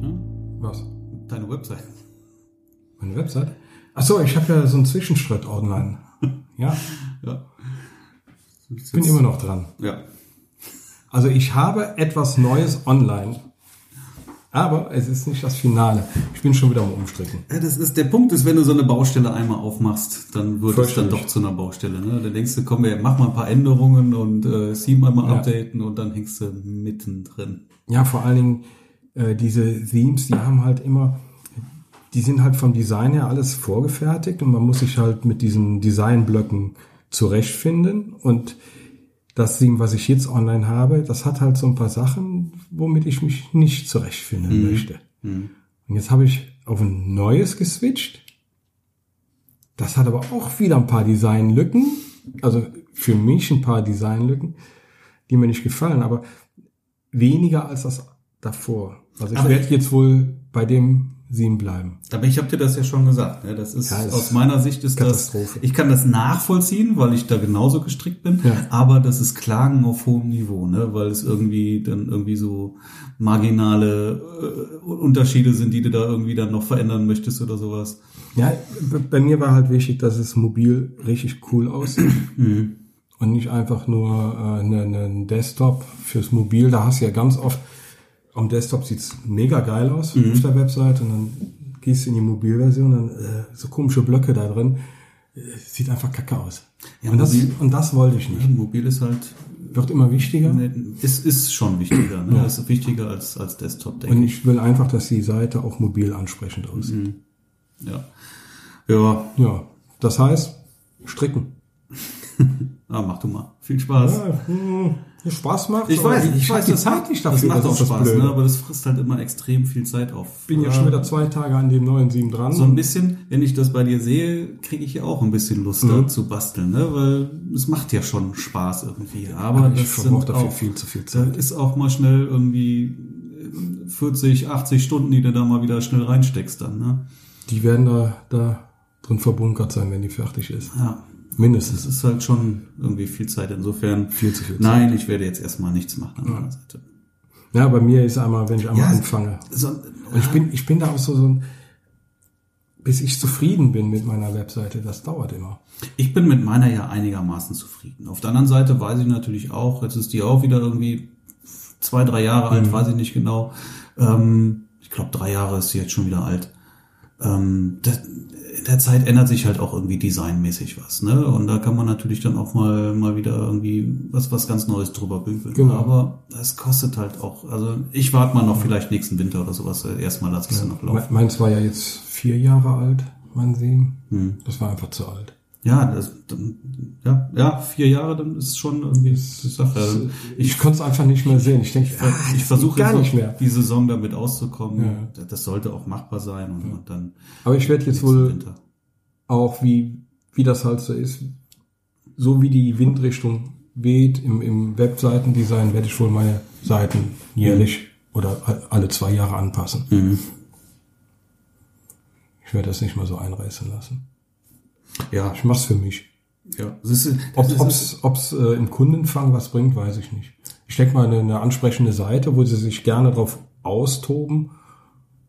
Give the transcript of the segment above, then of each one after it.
ne? Eine Website? Achso, ich habe ja so einen Zwischenschritt online. Ja, Ja. ich bin immer noch dran. Ja. Also ich habe etwas Neues online. Aber es ist nicht das Finale. Ich bin schon wieder am Umstricken. Ja, Das ist der Punkt, ist, wenn du so eine Baustelle einmal aufmachst, dann wird es dann Fürchterlich. doch zu einer Baustelle. Ne? Dann denkst du, komm, wir machen mal ein paar Änderungen und äh, Theme einmal Ja. updaten und dann hängst du mittendrin. Ja, vor allen Dingen äh, diese Themes, die haben halt immer, die sind halt vom Design her alles vorgefertigt und man muss sich halt mit diesen Designblöcken zurechtfinden. Und das Theme, was ich jetzt online habe, das hat halt so ein paar Sachen, womit ich mich nicht zurechtfinden möchte. Und jetzt habe ich auf ein neues geswitcht. Das hat aber auch wieder ein paar Designlücken. Also für mich ein paar Designlücken, die mir nicht gefallen, aber weniger als das davor. Also ich Aber- werde jetzt wohl bei dem sieben bleiben. Aber ich habe dir das ja schon gesagt. Ne? Das ist, Ja, ist aus meiner Sicht ist das, Katastrophe. ich kann das nachvollziehen, weil ich da genauso gestrickt bin, Ja. aber das ist Klagen auf hohem Niveau, ne? weil es irgendwie dann irgendwie so marginale äh, Unterschiede sind, die du da irgendwie dann noch verändern möchtest oder sowas. Ja, b- bei mir war halt wichtig, dass es mobil richtig cool aussieht. Mhm. Und nicht einfach nur äh, einen einen Desktop fürs Mobil. Da hast du ja ganz oft, am Desktop sieht's mega geil aus Mhm. auf der Website und dann gehst du in die Mobilversion und äh, so komische Blöcke da drin. Äh, sieht einfach kacke aus. Ja, und, das, mobil- und das wollte ich Ja, nicht. mobil ist halt Wird immer wichtiger. Es ist schon wichtiger, ne? Ja. Es ist wichtiger als, als Desktop, denke Und ich will einfach, dass die Seite auch mobil ansprechend aussieht. ich. Ja. ja, Ja, das heißt, stricken. ah, mach du mal. Viel Spaß. Ja, hm, Spaß macht. Ich aber weiß, ich hab weiß, die das Zeit hat nicht Das dafür. macht auch ist das Spaß, Blöde. ne? aber das frisst halt immer extrem viel Zeit auf. bin ja schon wieder zwei Tage an dem neuen 7 dran. So ein bisschen, wenn ich das bei dir sehe, kriege ich ja auch ein bisschen Lust Mhm. da zu basteln, ne? Weil es macht ja schon Spaß irgendwie. Aber, aber das ich verbrauche sind dafür auch- viel zu viel Zeit. Das ist auch mal schnell irgendwie äh, 40, 80 Stunden, die du da mal wieder schnell reinsteckst dann, ne? Die werden da, da drin verbunkert sein, wenn die fertig ist. Ja. Das Mindestens. ist halt schon irgendwie viel Zeit. Insofern Viel zu viel Zeit. Nein, ich werde jetzt erstmal nichts machen an meiner Seite. Ja, bei mir ist einmal, wenn ich einmal Ja, es- anfange. So, Und ich bin, ich bin da auch so, so ein, bis ich zufrieden bin mit meiner Webseite, das dauert immer. ich bin mit meiner ja einigermaßen zufrieden. Auf der anderen Seite weiß ich natürlich auch, jetzt ist die auch wieder irgendwie zwei, drei Jahre alt, weiß ich nicht genau. Ähm, ich glaube, drei Jahre ist sie jetzt schon wieder alt. Ähm, das, in der Zeit ändert sich halt auch irgendwie designmäßig was, ne? Und da kann man natürlich dann auch mal mal wieder irgendwie was was ganz Neues drüber bügeln. Genau. Aber es kostet halt auch. Also ich warte mal noch vielleicht nächsten Winter oder sowas äh, erstmal lass ich sie noch laufen. Me- Meins war ja jetzt vier Jahre alt, mein Sehen. Hm. Das war einfach zu alt. Ja, das, dann, ja, ja, vier Jahre, dann ist schon irgendwie die Sache. Ich, äh, Ich, äh, konnte es einfach nicht mehr sehen. Ich denke, ich, ver- ich versuche gar jetzt nicht noch mehr. die Saison damit auszukommen. Ja. Das- Das sollte auch machbar sein und, und dann Aber ich werde jetzt nächsten wohl Winter. auch wie, wie das halt so ist, so wie die Windrichtung weht im, im Webseitendesign, werde ich wohl meine Seiten jährlich oder a- alle zwei Jahre anpassen. Ich werde das nicht mal so einreißen lassen. Ja, Ich mach's für mich. ja. Das ist, das Ob ist, ob's, ob's äh, im Kundenfang was bringt, weiß ich nicht. Ich denke mal, eine, eine ansprechende Seite, wo sie sich gerne drauf austoben,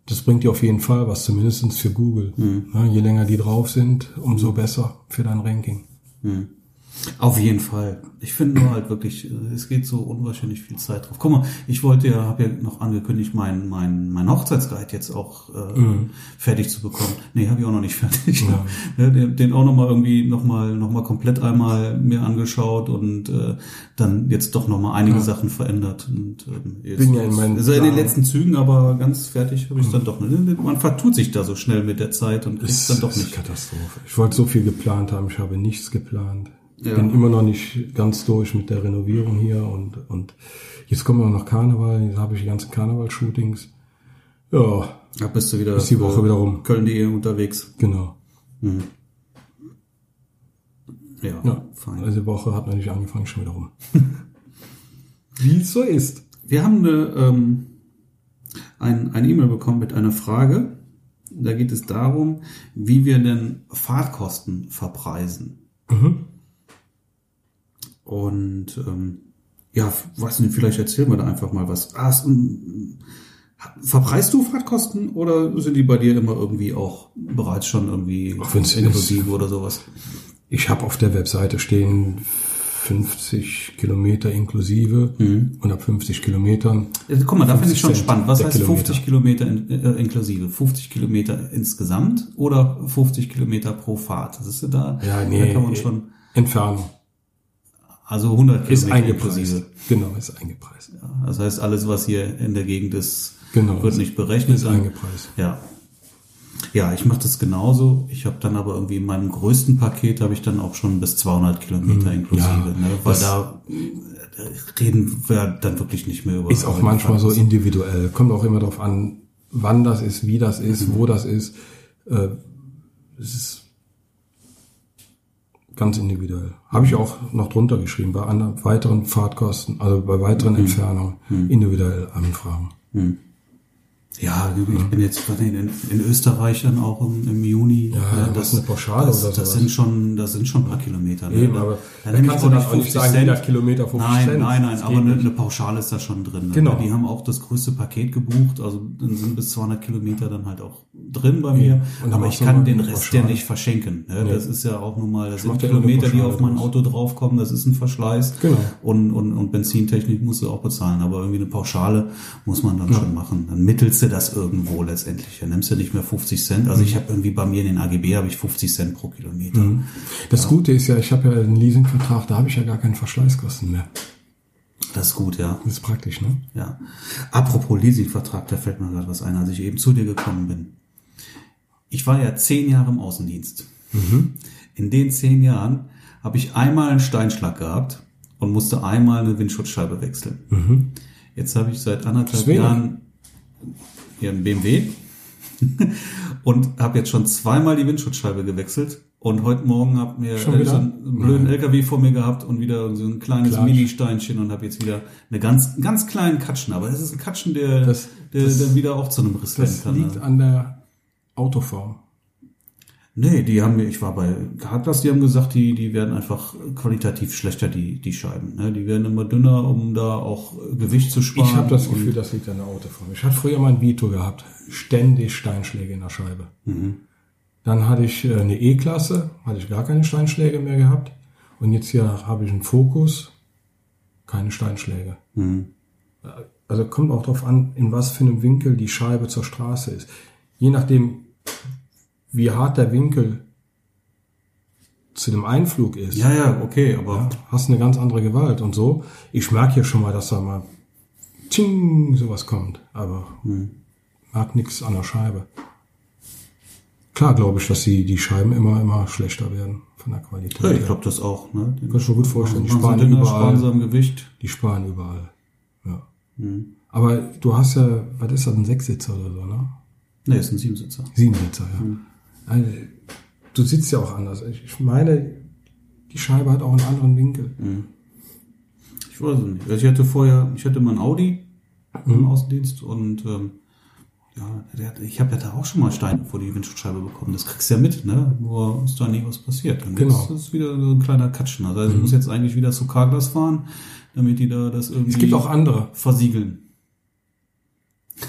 das bringt dir auf jeden Fall was, zumindestens für Google. Mhm. Ja, je länger die drauf sind, umso besser für dein Ranking. Hm. Auf jeden Fall. Ich finde nur halt wirklich, äh, es geht so unwahrscheinlich viel Zeit drauf. Guck mal, ich wollte ja, habe ja noch angekündigt, mein, mein, mein Hochzeitsguide jetzt auch äh, fertig zu bekommen. Nee, habe ich auch noch nicht fertig. Hm. Ja. Ne, den, den auch nochmal irgendwie nochmal noch mal komplett einmal mir angeschaut und äh, dann jetzt doch nochmal einige Sachen verändert. Und, ähm, jetzt, Bin ja in meinen also in den Plan. Hm. letzten Zügen, aber ganz fertig habe ich dann doch nicht. Ne, Man vertut sich da so schnell mit der Zeit und ist dann doch nicht. Katastrophe. Ich wollte so viel geplant haben, ich habe nichts geplant. Ja. Ich bin immer noch nicht ganz durch mit der Renovierung hier und, und jetzt kommen wir noch Karneval, jetzt habe ich die ganzen Karneval-Shootings. Ja, Da bist du wieder äh, Ist die Woche wieder rum. Köln.de E unterwegs. genau. Ja, Ja, fein. Also die Woche hat noch nicht angefangen, schon wieder rum. Wie es so ist. Wir haben eine, ähm, ein, ein E-Mail bekommen mit einer Frage. Da geht es darum, wie wir denn Fahrtkosten verpreisen. Mhm. Und ähm, ja, weiß nicht, vielleicht erzählen wir da einfach mal was. Ah, es, ähm, Verpreist du Frachtkosten oder sind die bei dir immer irgendwie auch bereits schon irgendwie Ach, wenn's inklusive oder sowas? Ich habe auf der Webseite stehen 50 Kilometer inklusive und ab 50 Kilometern. Ja, Äh, Guck mal, da finde ich schon 50 spannend. Was der heißt 50 Kilometer in, äh, inklusive? 50 Kilometer insgesamt oder 50 Kilometer pro Fahrt? Das ist ja da, Ja, nee. äh, da kann man schon, Entfernung also 100 Kilometer ist eingepreist. Genau, ist eingepreist. Ja, Das heißt, alles, was hier in der Gegend ist, Genau. wird nicht berechnet. Ist eingepreist. Ja. Ja, ich mache das genauso. Ich habe dann aber irgendwie in meinem größten Paket habe ich dann auch schon bis 200 Kilometer inklusive, ne? weil Hm, das- da äh, reden wir dann wirklich nicht mehr über. Ist auch über manchmal so Fahrten. individuell. Kommt auch immer darauf an, wann das ist, wie das ist, wo das ist. Äh, es ist ganz individuell. Habe ich auch noch drunter geschrieben, bei anderen, weiteren Fahrtkosten, also bei weiteren Entfernungen, individuell anfragen. Ja, ich bin jetzt in, in Österreich dann auch im, im Juni. Ja, Ne, was eine Pauschale das, oder das sowas. sind schon, das sind schon ein paar Kilometer. Ne? Eben, Da- aber da da nehme ich kannst auch du nicht dann auch nicht 50 sagen, Cent. jeder Kilometer 50 nein, Cent. Nein, nein, Das aber geht eine, nicht. eine Pauschale ist da schon drin. Ne? Genau. Die haben auch das größte Paket gebucht, also dann sind bis 200 Kilometer dann halt auch drin bei mir. Und dann aber ich machst du kann mal den eine Rest ja Pauschale. nicht verschenken. Ne? Das ist ja auch nun mal, das sind mach dir immer eine Kilometer, die Pauschale auf mein draus. Auto draufkommen, das ist ein Verschleiß. Genau. Und, und, und Benzintechnik musst du auch bezahlen, aber irgendwie eine Pauschale muss man dann schon machen. Dann mittelst du das irgendwo letztendlich. Dann nimmst du nicht mehr 50 Cent. Mhm. Also ich habe irgendwie bei mir in den AGB habe ich 50 Cent pro Kilometer. Das Gute ist ja, ich habe ja einen Leasingvertrag, da habe ich ja gar keine Verschleißkosten mehr. Das ist gut, ja. Das ist praktisch, ne? Ja. Apropos Leasingvertrag, da fällt mir gerade was ein, als ich eben zu dir gekommen bin. Ich war ja zehn Jahre im Außendienst. Mhm. In den zehn Jahren habe ich einmal einen Steinschlag gehabt und musste einmal eine Windschutzscheibe wechseln. Mhm. Jetzt habe ich seit anderthalb Ist wenig. Jahren hier einen BMW und habe jetzt schon zweimal die Windschutzscheibe gewechselt. Und heute Morgen habe mir Schon wieder? so einen blöden LKW vor mir gehabt und wieder so ein kleines Klatsch. Mini-Steinchen und habe jetzt wieder eine ganz, einen ganz kleinen Katschen. Aber es ist ein Katschen, der, Das- der, das- der wieder auch zu einem Riss werden Das kann. liegt ne? an der Autoform. Nee, die haben mir, ich war bei Carglass, die haben gesagt, die, die werden einfach qualitativ schlechter, die, die Scheiben. Ne? Die werden immer dünner, um da auch äh, Gewicht zu sparen. Ich habe das Gefühl, das liegt an der Autoform. Ich hatte früher mal ein Vito gehabt, ständig Steinschläge in der Scheibe. Dann hatte ich äh, eine E-Klasse, hatte ich gar keine Steinschläge mehr gehabt. Und jetzt hier habe ich einen Fokus, keine Steinschläge. Äh, Also kommt auch darauf an, in was für einem Winkel die Scheibe zur Straße ist. Je nachdem, wie hart der Winkel zu dem Einflug ist, Ja, ja, okay, aber hast eine ganz andere Gewalt. Und so, ich merke hier schon mal, dass da mal tsching, sowas kommt. Aber mag nichts an der Scheibe. Klar glaube ich, dass die, die Scheiben immer, immer schlechter werden von der Qualität. ja, ich her. glaube das auch. Ne? Die Kannst du mir gut vorstellen. Die machen so sparen dünner, überall. sparen sie am Gewicht. Die sparen überall. Ja. Aber du hast ja, was ist das, ein Sechssitzer oder so, ne? Nee, ist ein Siebensitzer. Siebensitzer, ja. Also, du sitzt ja auch anders. Ich ich meine, die Scheibe hat auch einen anderen Winkel. Ich weiß es nicht. Also ich hatte vorher, ich hatte mal einen Audi Mhm. im Außendienst und ähm, ja, der hat, ich habe ja da auch schon mal Steine vor die Windschutzscheibe bekommen. Das kriegst du ja mit, ne? Nur ist da nie was passiert. Und Genau. Mhm. jetzt ist wieder so ein kleiner Katschen. Also ich muss jetzt eigentlich wieder zu Carglass fahren, damit die da das irgendwie Es gibt auch andere. versiegeln.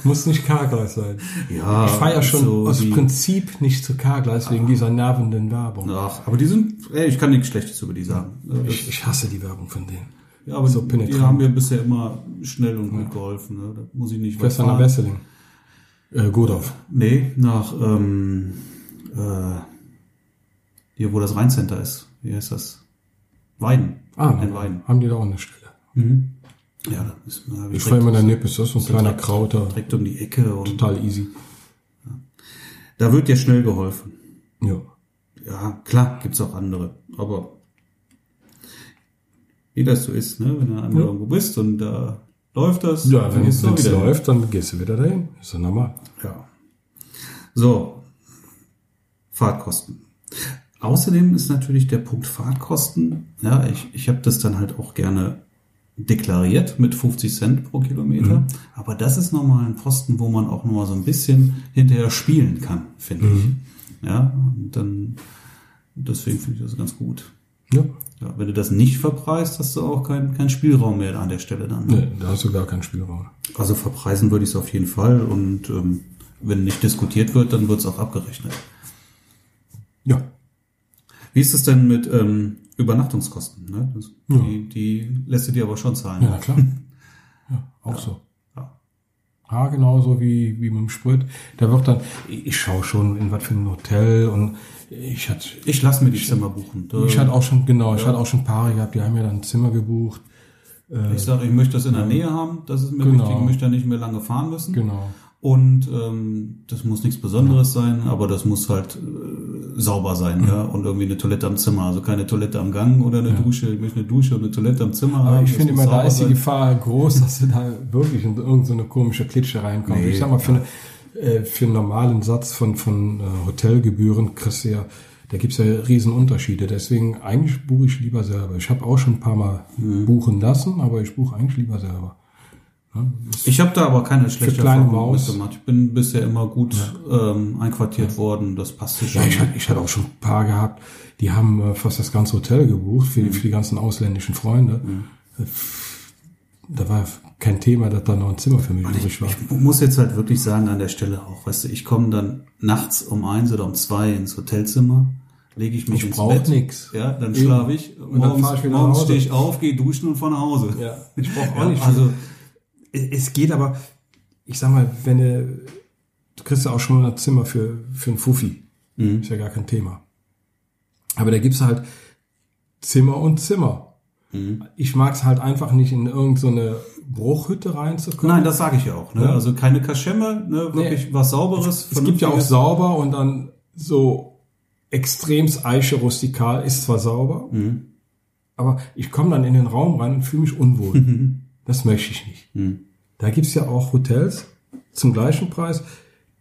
Muss nicht Kargleis sein. Ja, Ich fahre ja Ah. schon so aus die- Prinzip nicht zu Kargleis wegen dieser nervenden Werbung. Ach, aber die sind, ey, ich kann nichts Schlechtes über die sagen. Ne, Ich, ich hasse die Werbung von denen. ja, aber so die penetrant. haben mir bisher immer schnell und gut geholfen. Ne? Da muss ich nicht weit Gestern nach fahren. Wesseling. Äh, Godorf. Nee, nach ähm, äh, hier, wo das Rheincenter ist. Wie heißt das? Weiden. Ah, in Weiden. haben die da auch eine Stelle. Ja, da ist da hab Mhm. Ich fahre direkt, immer in der Nippes, das ist so ein kleiner Krauter. direkt um die Ecke und Total easy. da wird dir schnell geholfen. Ja. Ja, klar, gibt's auch andere, aber wie das so ist, ne? Wenn du einmal irgendwo bist und da läuft das, Ja, wenn gehst es du auch wieder hin. läuft, dann gehst du wieder dahin. Ist ja normal. Ja. So. Fahrtkosten. Außerdem ist natürlich der Punkt Fahrtkosten. Ja, ich, ich habe das dann halt auch gerne deklariert mit 50 Cent pro Kilometer. Aber das ist nochmal ein Posten, wo man auch nochmal so ein bisschen hinterher spielen kann, finde ich. Ja, und dann, deswegen finde ich das ganz gut. Ja. Ja, wenn du das nicht verpreist, hast du auch keinen keinen Spielraum mehr an der Stelle dann. Ne? Nee, da hast du gar keinen Spielraum. Also verpreisen würde ich es auf jeden Fall und ähm, wenn nicht diskutiert wird, dann wird es auch abgerechnet. Ja. Wie ist es denn mit ähm, Übernachtungskosten? Ne? Das, die, die lässt du dir aber schon zahlen. Ja, na klar. Ja, auch so. Ja. Ja, genauso wie, wie mit dem Sprit. Da wird dann, ich ich schaue schon, in was für ein Hotel und ich hatte, Ich lasse mir die Zimmer buchen. Da, ich hatte auch schon, genau, ich hatte auch schon Paare gehabt, die haben mir dann ein Zimmer gebucht. ich sage, ich möchte das in der Nähe haben, das ist mir Genau. wichtig, ich möchte da nicht mehr lange fahren müssen. Genau. Und ähm, das muss nichts Besonderes sein, aber das muss halt äh, sauber sein, ja. Und irgendwie eine Toilette am Zimmer. Also keine Toilette am Gang oder eine Dusche. Ich möchte eine Dusche und eine Toilette am Zimmer Aber haben. ich Das finde muss immer, da sauber ist die sein. Gefahr groß, dass du da wirklich in irgendeine so eine komische Klitsche reinkommst. Nee, ich sag mal, für, eine, äh, für einen normalen Satz von, von äh, Hotelgebühren kriegst du ja, da gibt's ja riesen Unterschiede. Deswegen, eigentlich buche ich lieber selber. Ich habe auch schon ein paar Mal Mhm. buchen lassen, aber ich buche eigentlich lieber selber. Ich habe da aber keine schlechte kleine Erfahrung Maus. mitgemacht. Ich bin bisher immer gut ähm, einquartiert worden. Das passte schon. Ja, ich hatte, ich hatte auch schon ein paar gehabt, die haben äh, fast das ganze Hotel gebucht für, Mhm. die- für die ganzen ausländischen Freunde. Äh, Da war kein Thema, dass da noch ein Zimmer für mich übrig war. Ich muss jetzt halt wirklich sagen an der Stelle auch, weißt du, ich komme dann nachts um eins oder um zwei ins Hotelzimmer, lege ich mich Ich ins brauch Bett. nix. Ja, dann Eben. schlafe ich. Und dann fahr ich wieder nach morgens Hause. stehe ich auf, gehe duschen und fahre nach Hause. Ja, ich brauche auch Ja, nicht viel. also Es geht aber, ich sag mal, wenn du, du kriegst ja auch schon ein Zimmer für, für einen Fuffi. Ist ja gar kein Thema. Aber da gibt's halt Zimmer und Zimmer. Ich mag's halt einfach nicht, in irgendeine so eine Bruchhütte reinzukommen. nein, das sage ich ja auch. Ne? Ja. Also keine Kaschemme, ne? wirklich was Sauberes. es gibt ja auch Vernünftiges. sauber und dann so extrems eiche rustikal ist zwar sauber, Mhm. aber ich komme dann in den Raum rein und fühle mich unwohl. das möchte ich nicht. Mhm. Da gibt's ja auch Hotels zum gleichen Preis,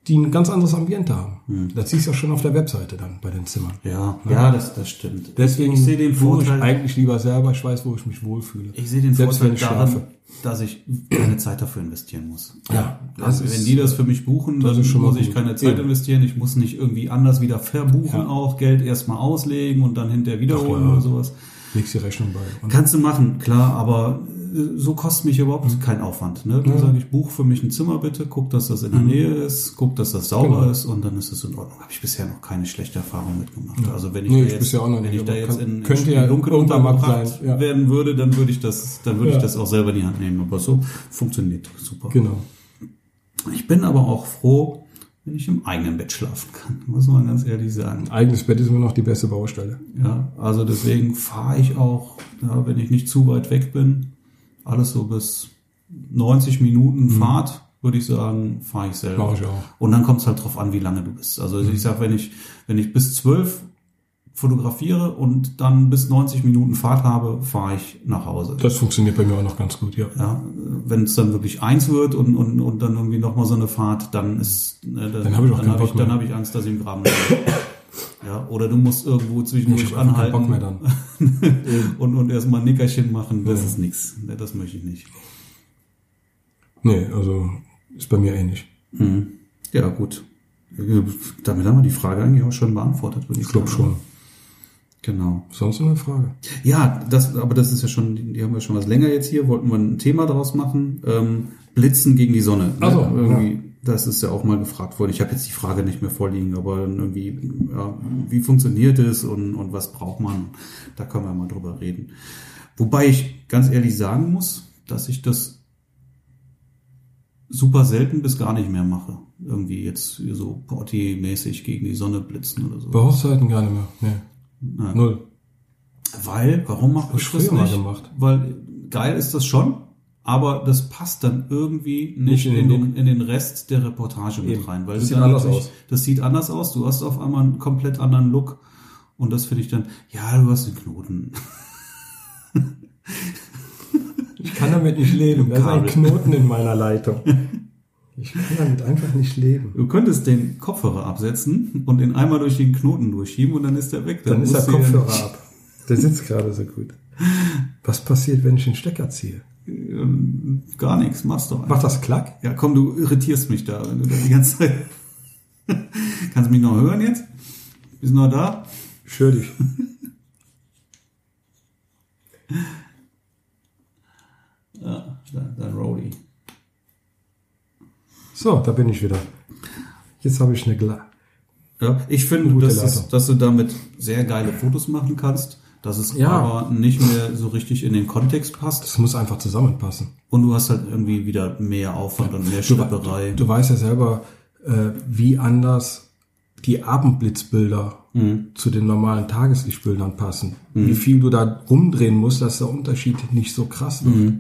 die ein ganz anderes Ambiente haben. Mhm. Das siehst du auch schon auf der Webseite dann bei den Zimmern. ja, ja, das, das stimmt. Deswegen ich sehe den buche ich Vorteil, eigentlich lieber selber, ich weiß, wo ich mich wohlfühle. ich sehe den Selbst Vorteil wenn ich darin, schlafe. dass ich keine Zeit dafür investieren muss. Ja, Also wenn die das für mich buchen, dann ist schon mal muss ich gut. keine Zeit Eben. investieren. Ich muss nicht irgendwie anders wieder verbuchen, Ja. auch Geld erstmal auslegen und dann hinterher wiederholen ja. oder sowas. legst die Rechnung bei. Und Kannst du machen, klar, aber äh, so kostet mich überhaupt Mhm. kein Aufwand. Ne? Dann sage ich, buch für mich ein Zimmer bitte, guck, dass das in der Nähe ist, guck, dass das sauber Mhm. Genau. ist und dann ist es in Ordnung. Habe ich bisher noch keine schlechte Erfahrung mitgemacht. Also wenn ich, Nee, da ich bisher auch noch wenn nicht, ich da aber jetzt kann- in, könnte in ja Dunkel irgendwann mal untergebracht sein, ja. werden würde, dann würde ich das, dann würde ich Ja. das auch selber in die Hand nehmen. Aber so funktioniert super. genau. Ich bin aber auch froh, wenn ich im eigenen Bett schlafen kann, muss man ganz ehrlich sagen. Eigenes Bett ist immer noch die beste Baustelle. Ja, also deswegen fahre ich auch, ja, wenn ich nicht zu weit weg bin, alles so bis 90 Minuten Mhm. Fahrt, würde ich sagen, fahre ich selber. Mach ich auch. Und dann kommt es halt drauf an, wie lange du bist. Also Mhm. ich sag, wenn ich, wenn ich bis 12 fotografiere und dann bis 90 Minuten Fahrt habe, fahre ich nach Hause. Das funktioniert bei mir auch noch ganz gut, ja. ja, wenn es dann wirklich eins wird und, und, und dann irgendwie nochmal so eine Fahrt, dann ist ne, dann, habe ich auch dann keinen habe Bock ich, dann mehr. hab ich Angst, dass ich im Graben liege. Ja, oder du musst irgendwo zwischendurch Ich hab einfach keinen anhalten Bock mehr dann. und, und erstmal ein Nickerchen machen. Das ist nichts. Ne, das möchte ich nicht. Nee, also ist bei mir ähnlich. Ja, gut. Äh, Damit haben wir die Frage eigentlich auch schon beantwortet, würde ich, Ich glaube sagen. schon. Genau. Sonst noch eine Frage? Ja, das, aber das ist ja schon, die haben wir schon was länger jetzt hier, wollten wir ein Thema draus machen. Ähm, Blitzen gegen die Sonne. ne? Ach so, irgendwie, das ist ja auch mal gefragt worden. Ich habe jetzt die Frage nicht mehr vorliegen, aber dann irgendwie, ja, wie funktioniert es und, und was braucht man? Da können wir mal drüber reden. Wobei ich ganz ehrlich sagen muss, dass ich das super selten bis gar nicht mehr mache. Irgendwie jetzt so Portier-mäßig gegen die Sonne blitzen oder so. Bei Hochzeiten gar nicht mehr. Nee. Ja. Null. Weil, warum mache Hab ich ich das früher mal nicht? gemacht. Weil geil ist das schon, aber das passt dann irgendwie nicht, Nicht in in, den den, in den Rest der Reportage mit Eben. rein. Weil Das du sieht dann anders natürlich- aus. Das sieht anders aus. Du hast auf einmal einen komplett anderen Look. Und das finde ich dann, ja, du hast den Knoten. Ich kann damit nicht leben. Da ist ein Kabel. Knoten in meiner Leitung. Ich kann damit einfach nicht leben. Du könntest den Kopfhörer absetzen und den einmal durch den Knoten durchschieben und dann ist der weg. Dann ist der musst du Kopfhörer ab. Der sitzt gerade so gut. Was passiert, wenn ich den Stecker ziehe? Ja, ähm, gar nichts, machst doch einfach. Macht das Klack? Ja, komm, du irritierst mich da, wenn du da die ganze Zeit. Kannst du mich noch hören jetzt? Bist du noch da? Ich höre dich. Ja, dein, dein Roadie. So, da bin ich wieder. Jetzt habe ich eine Gla Ja, ich finde, Gute dass, Leitung. es, dass du damit sehr geile Fotos machen kannst, dass es Ja. aber nicht mehr so richtig in den Kontext passt Das muss einfach zusammenpassen. und du hast halt irgendwie wieder mehr Aufwand und mehr Schlepperei. Du weißt ja selber, äh, wie anders die Abendblitzbilder zu den normalen Tageslichtbildern passen. Wie viel du da rumdrehen musst, dass der Unterschied nicht so krass wird.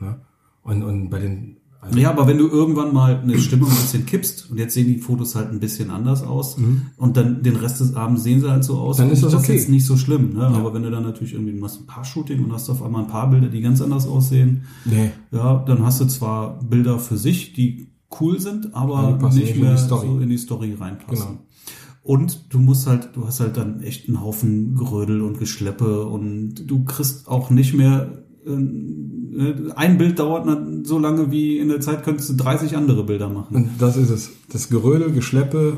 Ja? Und, und bei den also Ja, aber wenn du irgendwann mal eine Stimmung ein bisschen kippst und jetzt sehen die Fotos halt ein bisschen anders aus und dann den Rest des Abends sehen sie halt so aus, Mhm. Dann ist finde ich das okay. jetzt nicht so schlimm. Ne? Aber wenn du dann natürlich irgendwie du machst ein paar Shooting und hast auf einmal ein paar Bilder, die ganz anders aussehen, nee, ja, dann hast du zwar Bilder für sich, die cool sind, Aber aber die passen Also nicht nicht in mehr die Story. so in die Story reinpassen. Genau. Und du musst halt, du hast halt dann echt einen Haufen Grödel und Geschleppe und du kriegst auch nicht mehr äh, ein Bild dauert na- so lange wie in der Zeit könntest du 30 andere Bilder machen. Und das ist es. Das Gerödel, Geschleppe.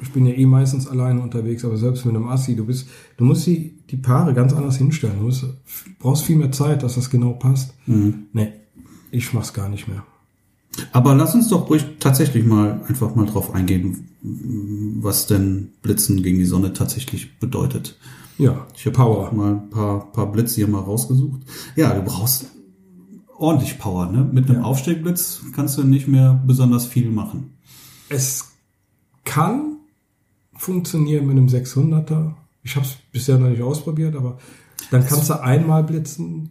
Ich bin ja eh meistens alleine unterwegs, aber selbst mit einem Assi, du bist, du musst die, die Paare ganz anders hinstellen. Du musst, brauchst viel mehr Zeit, dass das genau passt. Nee, ich mach's gar nicht mehr. Aber lass uns doch ruhig tatsächlich mal einfach mal drauf eingehen, was denn Blitzen gegen die Sonne tatsächlich bedeutet. Ja, Ich habe auch mal ein paar, paar Blitze hier mal rausgesucht. Ja, du brauchst ordentlich Power. Ne? Mit einem Aufsteckblitz kannst du nicht mehr besonders viel machen. Es kann funktionieren mit einem 600er. Ich habe es bisher noch nicht ausprobiert, aber dann kannst du einmal blitzen,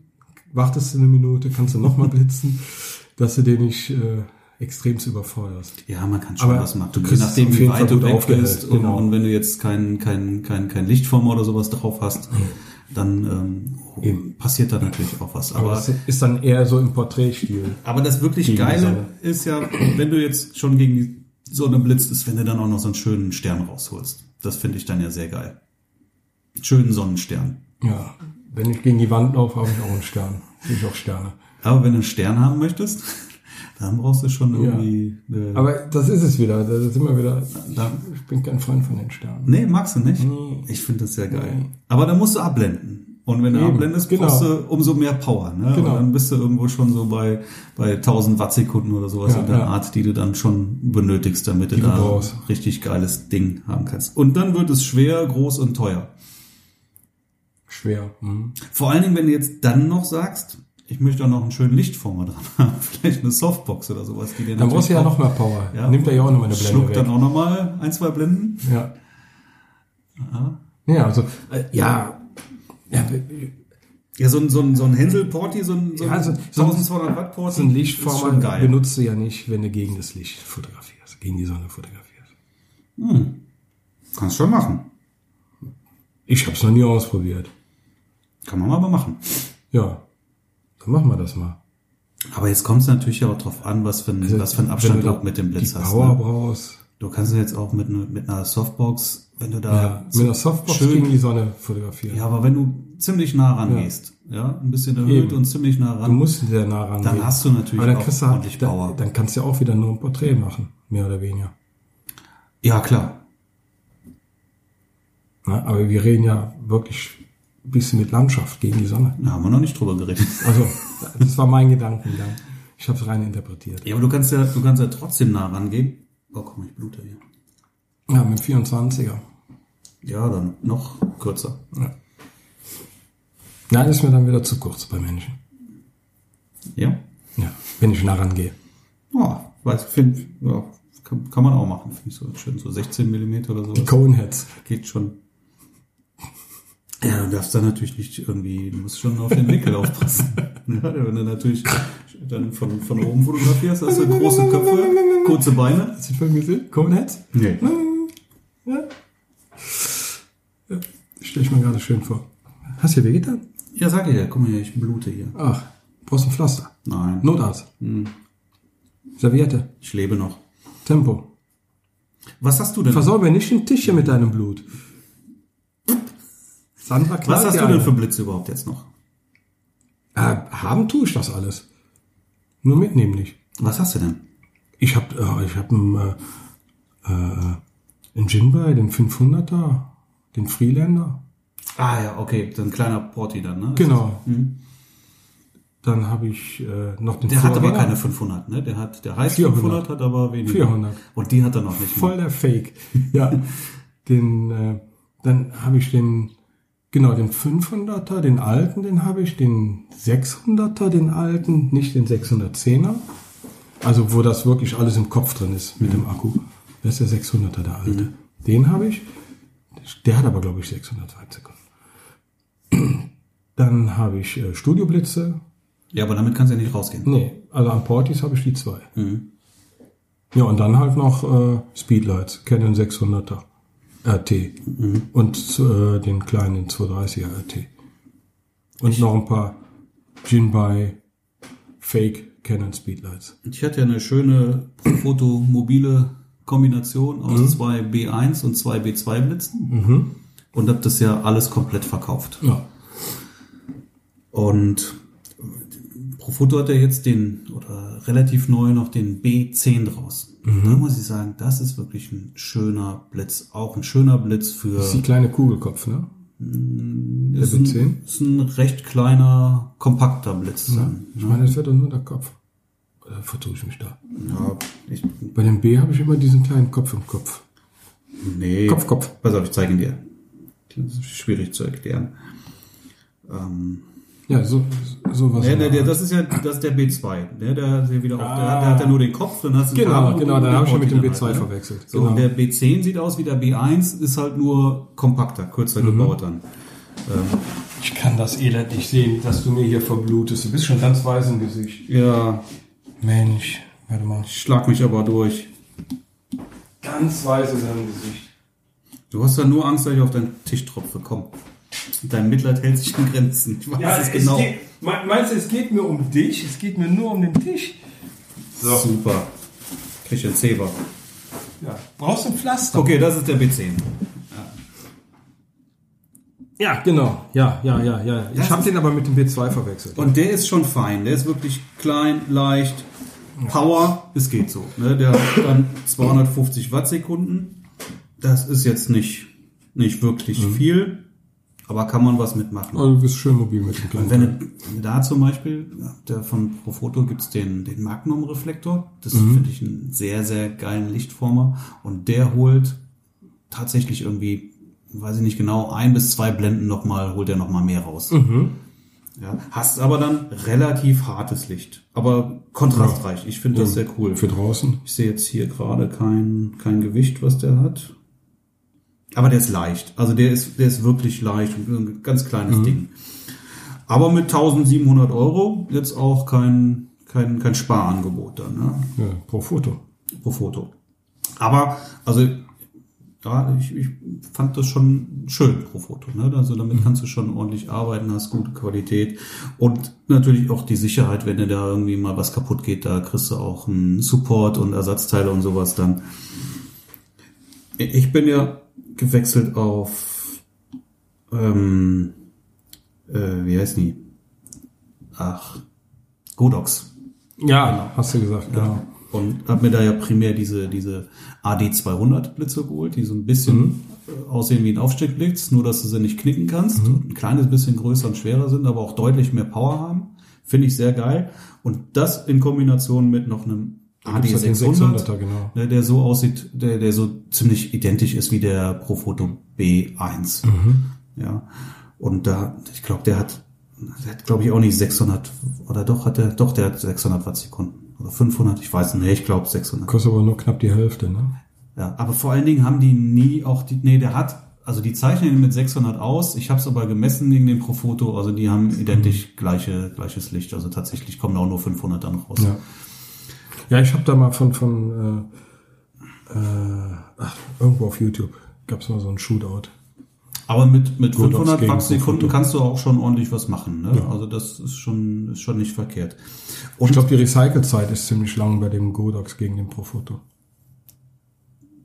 wartest eine Minute, kannst du nochmal blitzen, dass du den nicht äh, extrem überforderst. Ja, man kann schon Aber was machen. du kriegst Je nachdem, es auf wie jeden Fall weit du gut weg aufgehellt, bist und, genau. und wenn du jetzt kein, kein, kein, kein Lichtformer oder sowas drauf hast, dann ähm, Eben. passiert da natürlich auch was. Aber Aber das ist dann eher so im Porträtstil. Aber das wirklich Gegen die Geile Sonne. ist ja, wenn du jetzt schon gegen die Sonne blitzt, ist, wenn du dann auch noch so einen schönen Stern rausholst. Das finde ich dann ja sehr geil. Schönen Sonnenstern. Ja, wenn ich gegen die Wand laufe, habe ich auch einen Stern. Sehe ich auch Sterne. Aber wenn du einen Stern haben möchtest, dann brauchst du schon irgendwie. Äh, Aber das ist es wieder. Da sind wir wieder. da, Ich bin kein Freund von den Sternen. nee, magst du nicht? Nee. Ich finde das sehr geil. Nee. Aber dann musst du abblenden. Und wenn du Eben, abblendest, genau. brauchst du umso mehr Power. Ne? Genau. Und dann bist du irgendwo schon so bei, bei 1000 Wattsekunden oder sowas Ja, in der ja. Art, die du dann schon benötigst, damit du Die du da brauchst. ein richtig geiles Ding haben kannst. Und dann wird es schwer, groß und teuer. Schwer. Mhm. Vor allen Dingen, wenn du jetzt dann noch sagst, ich möchte auch noch einen schönen Lichtformer dran haben, vielleicht eine Softbox oder sowas, die dir Dann brauchst du ja auch- noch mehr Power. Ja. Nimmt er ja auch noch mal eine Blende schluckt weg. dann auch nochmal ein, zwei Blenden. Ja. Ja, also, äh, ja. ja. Ja, so ein, so ein, so ein Hänsel-Porti, so ein, so ein Ja, so- so ein- 1200 Watt-Porti. So ein ist schon Lichtformer Genau. geil. benutzt du ja nicht, wenn du gegen das Licht fotografierst, gegen die Sonne fotografierst. Kannst schon machen. Ich habe es noch nie ausprobiert. Kann man aber machen. Ja, dann machen wir das mal. Aber jetzt kommt es natürlich auch drauf an, was für ein, was für ein Abstand Also, Wenn du da auch mit dem Blitz die hast. Power Ne? brauchst. Du kannst jetzt auch mit, ne- mit einer Softbox, wenn du da Ja, mit einer Softbox schön, gegen die Sonne fotografieren. Ja, aber wenn du ziemlich nah rangehst, ja, ein bisschen erhöht Eben. und ziemlich nah Du ran, musst sehr nah rangehen. dann hast du natürlich Aber dann, auch kriegst du ordentlich halt, Power. dann, dann kannst du ja auch wieder nur ein Porträt machen, mehr oder weniger. ja, klar. Ne? Aber wir reden ja wirklich ein bisschen mit Landschaft gegen die Sonne. Da haben wir noch nicht drüber geredet. Also, das war mein Gedankengang. Ich habe es rein interpretiert. Ja, aber du kannst ja, du kannst ja trotzdem nah rangehen. Oh, komm, ich blute hier. Ja, mit dem 24er. Ja, dann noch kürzer. Na, das ist mir dann wieder zu kurz bei Menschen. Ja. Ja, wenn ich nah rangehe. Ja, weiß, find, ja, kann, kann man auch machen, finde ich so schön. So 16 Millimeter oder so. Die Coneheads. Geht schon. Ja, du darfst da natürlich nicht irgendwie, du musst schon auf den Winkel aufpassen. Ja, wenn du natürlich dann von, von oben fotografierst, hast du große Köpfe, kurze Beine. Hast du den Film gesehen? Coneheads? Nee. Ja. ja. Stell ich mir gerade schön vor. Hast du dir wehgetan? Ja, sag ich ja, guck mal hier, ich blute hier. Ach, brauchst ein Pflaster. Nein, Notarzt. Hm. Serviette. ich lebe noch. Tempo. Was hast du denn? Versau mir nicht den Tisch hier mit deinem Blut. Sandra knallt was hast dir du denn eine. für Blitze überhaupt jetzt noch? Äh, haben tue ich das alles. Nur mitnehmen nicht. Was hast du denn? Ich hab, äh, ich hab einen, äh, äh, einen Jinbei, den 500er, den Freelander. Ah ja, okay, dann ein kleiner Porti dann, ne? Genau. Mhm. Dann habe ich äh, noch den Der hat aber Vorgänger. keine 500, ne? Der hat, der heißt 400, 500, hat aber weniger. 400. Und die hat er noch nicht. Voll der Fake. Ja. den, äh, dann habe ich den, genau, den 500er, den alten, den habe ich, den 600er, den alten, nicht den 610er. Also, wo das wirklich alles im Kopf drin ist mit dem Akku. Das ist der 600er, der alte. Den habe ich. Der hat aber, glaube ich, 620 Sekunden. Dann habe ich äh, Studioblitze. Ja, aber damit kannst du ja nicht rausgehen. Nee, also an Portis habe ich die zwei. Mhm. Ja, und dann halt noch äh, Speedlights, Canon 600er RT Mhm. und äh, den kleinen 230er RT. Und noch ein paar Jinbei Fake Canon Speedlights. Ich hatte ja eine schöne fotomobile Kombination aus zwei B1 und zwei B2 Blitzen und habe das ja alles komplett verkauft. Ja, Und Profoto hat ja jetzt den, oder relativ neu noch den B10 draus. Da muss ich sagen, das ist wirklich ein schöner Blitz. Auch ein schöner Blitz für. das ist die kleine Kugelkopf, ne? ist B10? Ein, ist ein recht kleiner, kompakter Blitz. dann. Ich meine, das wird doch nur der Kopf. Oder vertue ich mich da? Ja, ich, Bei dem B habe ich immer diesen kleinen Kopf im Kopf. nee. Kopf, Kopf. Pass auf, ich zeige ihn dir. Das ist schwierig zu erklären. Ähm, Ja, so, sowas. nee, nee, der, das ist ja das ist der B2. Ne? Der, hat ja wieder auch, der, hat- der hat ja nur den Kopf, dann hast du den Ah. Genau, Arm und genau, den dann habe ich schon mit dem Body B2 dann halt, ne? verwechselt. Genau. So, und der B10 sieht aus wie der B1, ist halt nur kompakter, kürzer Mhm. gebaut dann. Ich kann das Elend nicht sehen, dass du mir hier verblutest. Du bist schon ganz weiß im Gesicht. Ja, Mensch, warte mal. ich schlag mich aber durch. Ganz weiß ist im Gesicht. Du hast ja nur Angst, dass ich auf deinen Tisch tropfe. Komm. Dein Mitleid hält sich in Grenzen. Ich weiß es genau. meinst du, es geht mir um dich? Es geht mir nur um den Tisch? Super. Krieg einen Zeber. Ja. Brauchst du ein Pflaster? Okay, das ist der B10. Ja, genau. Ja, ja, ja, ja. Das Ich habe ist- den aber mit dem B2 verwechselt. Und der ist schon fein. Der ist wirklich klein, leicht, Power. Es geht so. Ne? Der hat dann 250 Wattsekunden. Das ist jetzt nicht, nicht wirklich viel, aber kann man was mitmachen. Oh, du bist schön mobil mit dem kleinen. Wenn du- wenn du da zum Beispiel, ja, der von Profoto gibt's den, den Magnum-Reflektor. Das finde ich einen sehr, sehr geilen Lichtformer. Und der holt tatsächlich irgendwie, weiß ich nicht genau, ein bis zwei Blenden nochmal, holt er nochmal mehr raus. Ja, hast aber dann relativ hartes Licht. Aber kontrastreich. Ich finde das sehr cool. Für draußen. Ich sehe jetzt hier gerade kein, kein Gewicht, was der hat. Aber der ist leicht. Also der ist, der ist wirklich leicht und ein ganz kleines Ding. Aber mit 1700 Euro jetzt auch kein, kein, kein Sparangebot dann, ne? Ja, pro Foto. pro Foto. Aber, also, da, ich, ich fand das schon schön pro Foto. Ne? Also damit kannst du schon ordentlich arbeiten, hast gute Qualität und natürlich auch die Sicherheit, wenn dir da irgendwie mal was kaputt geht, da kriegst du auch einen Support und Ersatzteile und sowas dann. Ich bin ja gewechselt auf, ähm, äh, wie heißt die? Ach, Godox. Ja, hast du gesagt, genau. Und habe mir da ja primär diese, diese AD200-Blitze geholt, die so ein bisschen Mhm. äh, aussehen wie ein Aufsteckblitz, nur dass du sie nicht knicken kannst. Mhm. Und ein kleines bisschen größer und schwerer sind, aber auch deutlich mehr Power haben. Finde ich sehr geil. Und das in Kombination mit noch einem gibt's ja den AD600, 600er, genau. ne, der so aussieht, der, der so ziemlich identisch ist wie der Profoto B1. Ja. Und da, ich glaube, der hat, der hat glaube ich auch nicht 600 oder doch hat er, doch der hat 600 Wattsekunden oder 500, ich weiß nicht, ich glaube 600. Kostet aber nur knapp die Hälfte, ne? Ja, aber vor allen Dingen haben die nie auch die, nee, der hat, also die zeichnen ihn mit 600 aus. Ich habe es aber gemessen gegen den Profoto, also die haben identisch gleiche, gleiches Licht, also tatsächlich kommen auch nur 500 dann raus. Ja. Ja, ich habe da mal von, von äh, äh, ach, irgendwo auf YouTube gab's mal so ein Shootout. Aber mit, mit Gut, aufs 500 Gegenfoto. Wattsekunden kannst du auch schon ordentlich was machen. Ne? Also das ist schon, ist schon nicht verkehrt. Und Ich glaube, die Recycle-Zeit ist ziemlich lang bei dem Godox gegen den Profoto.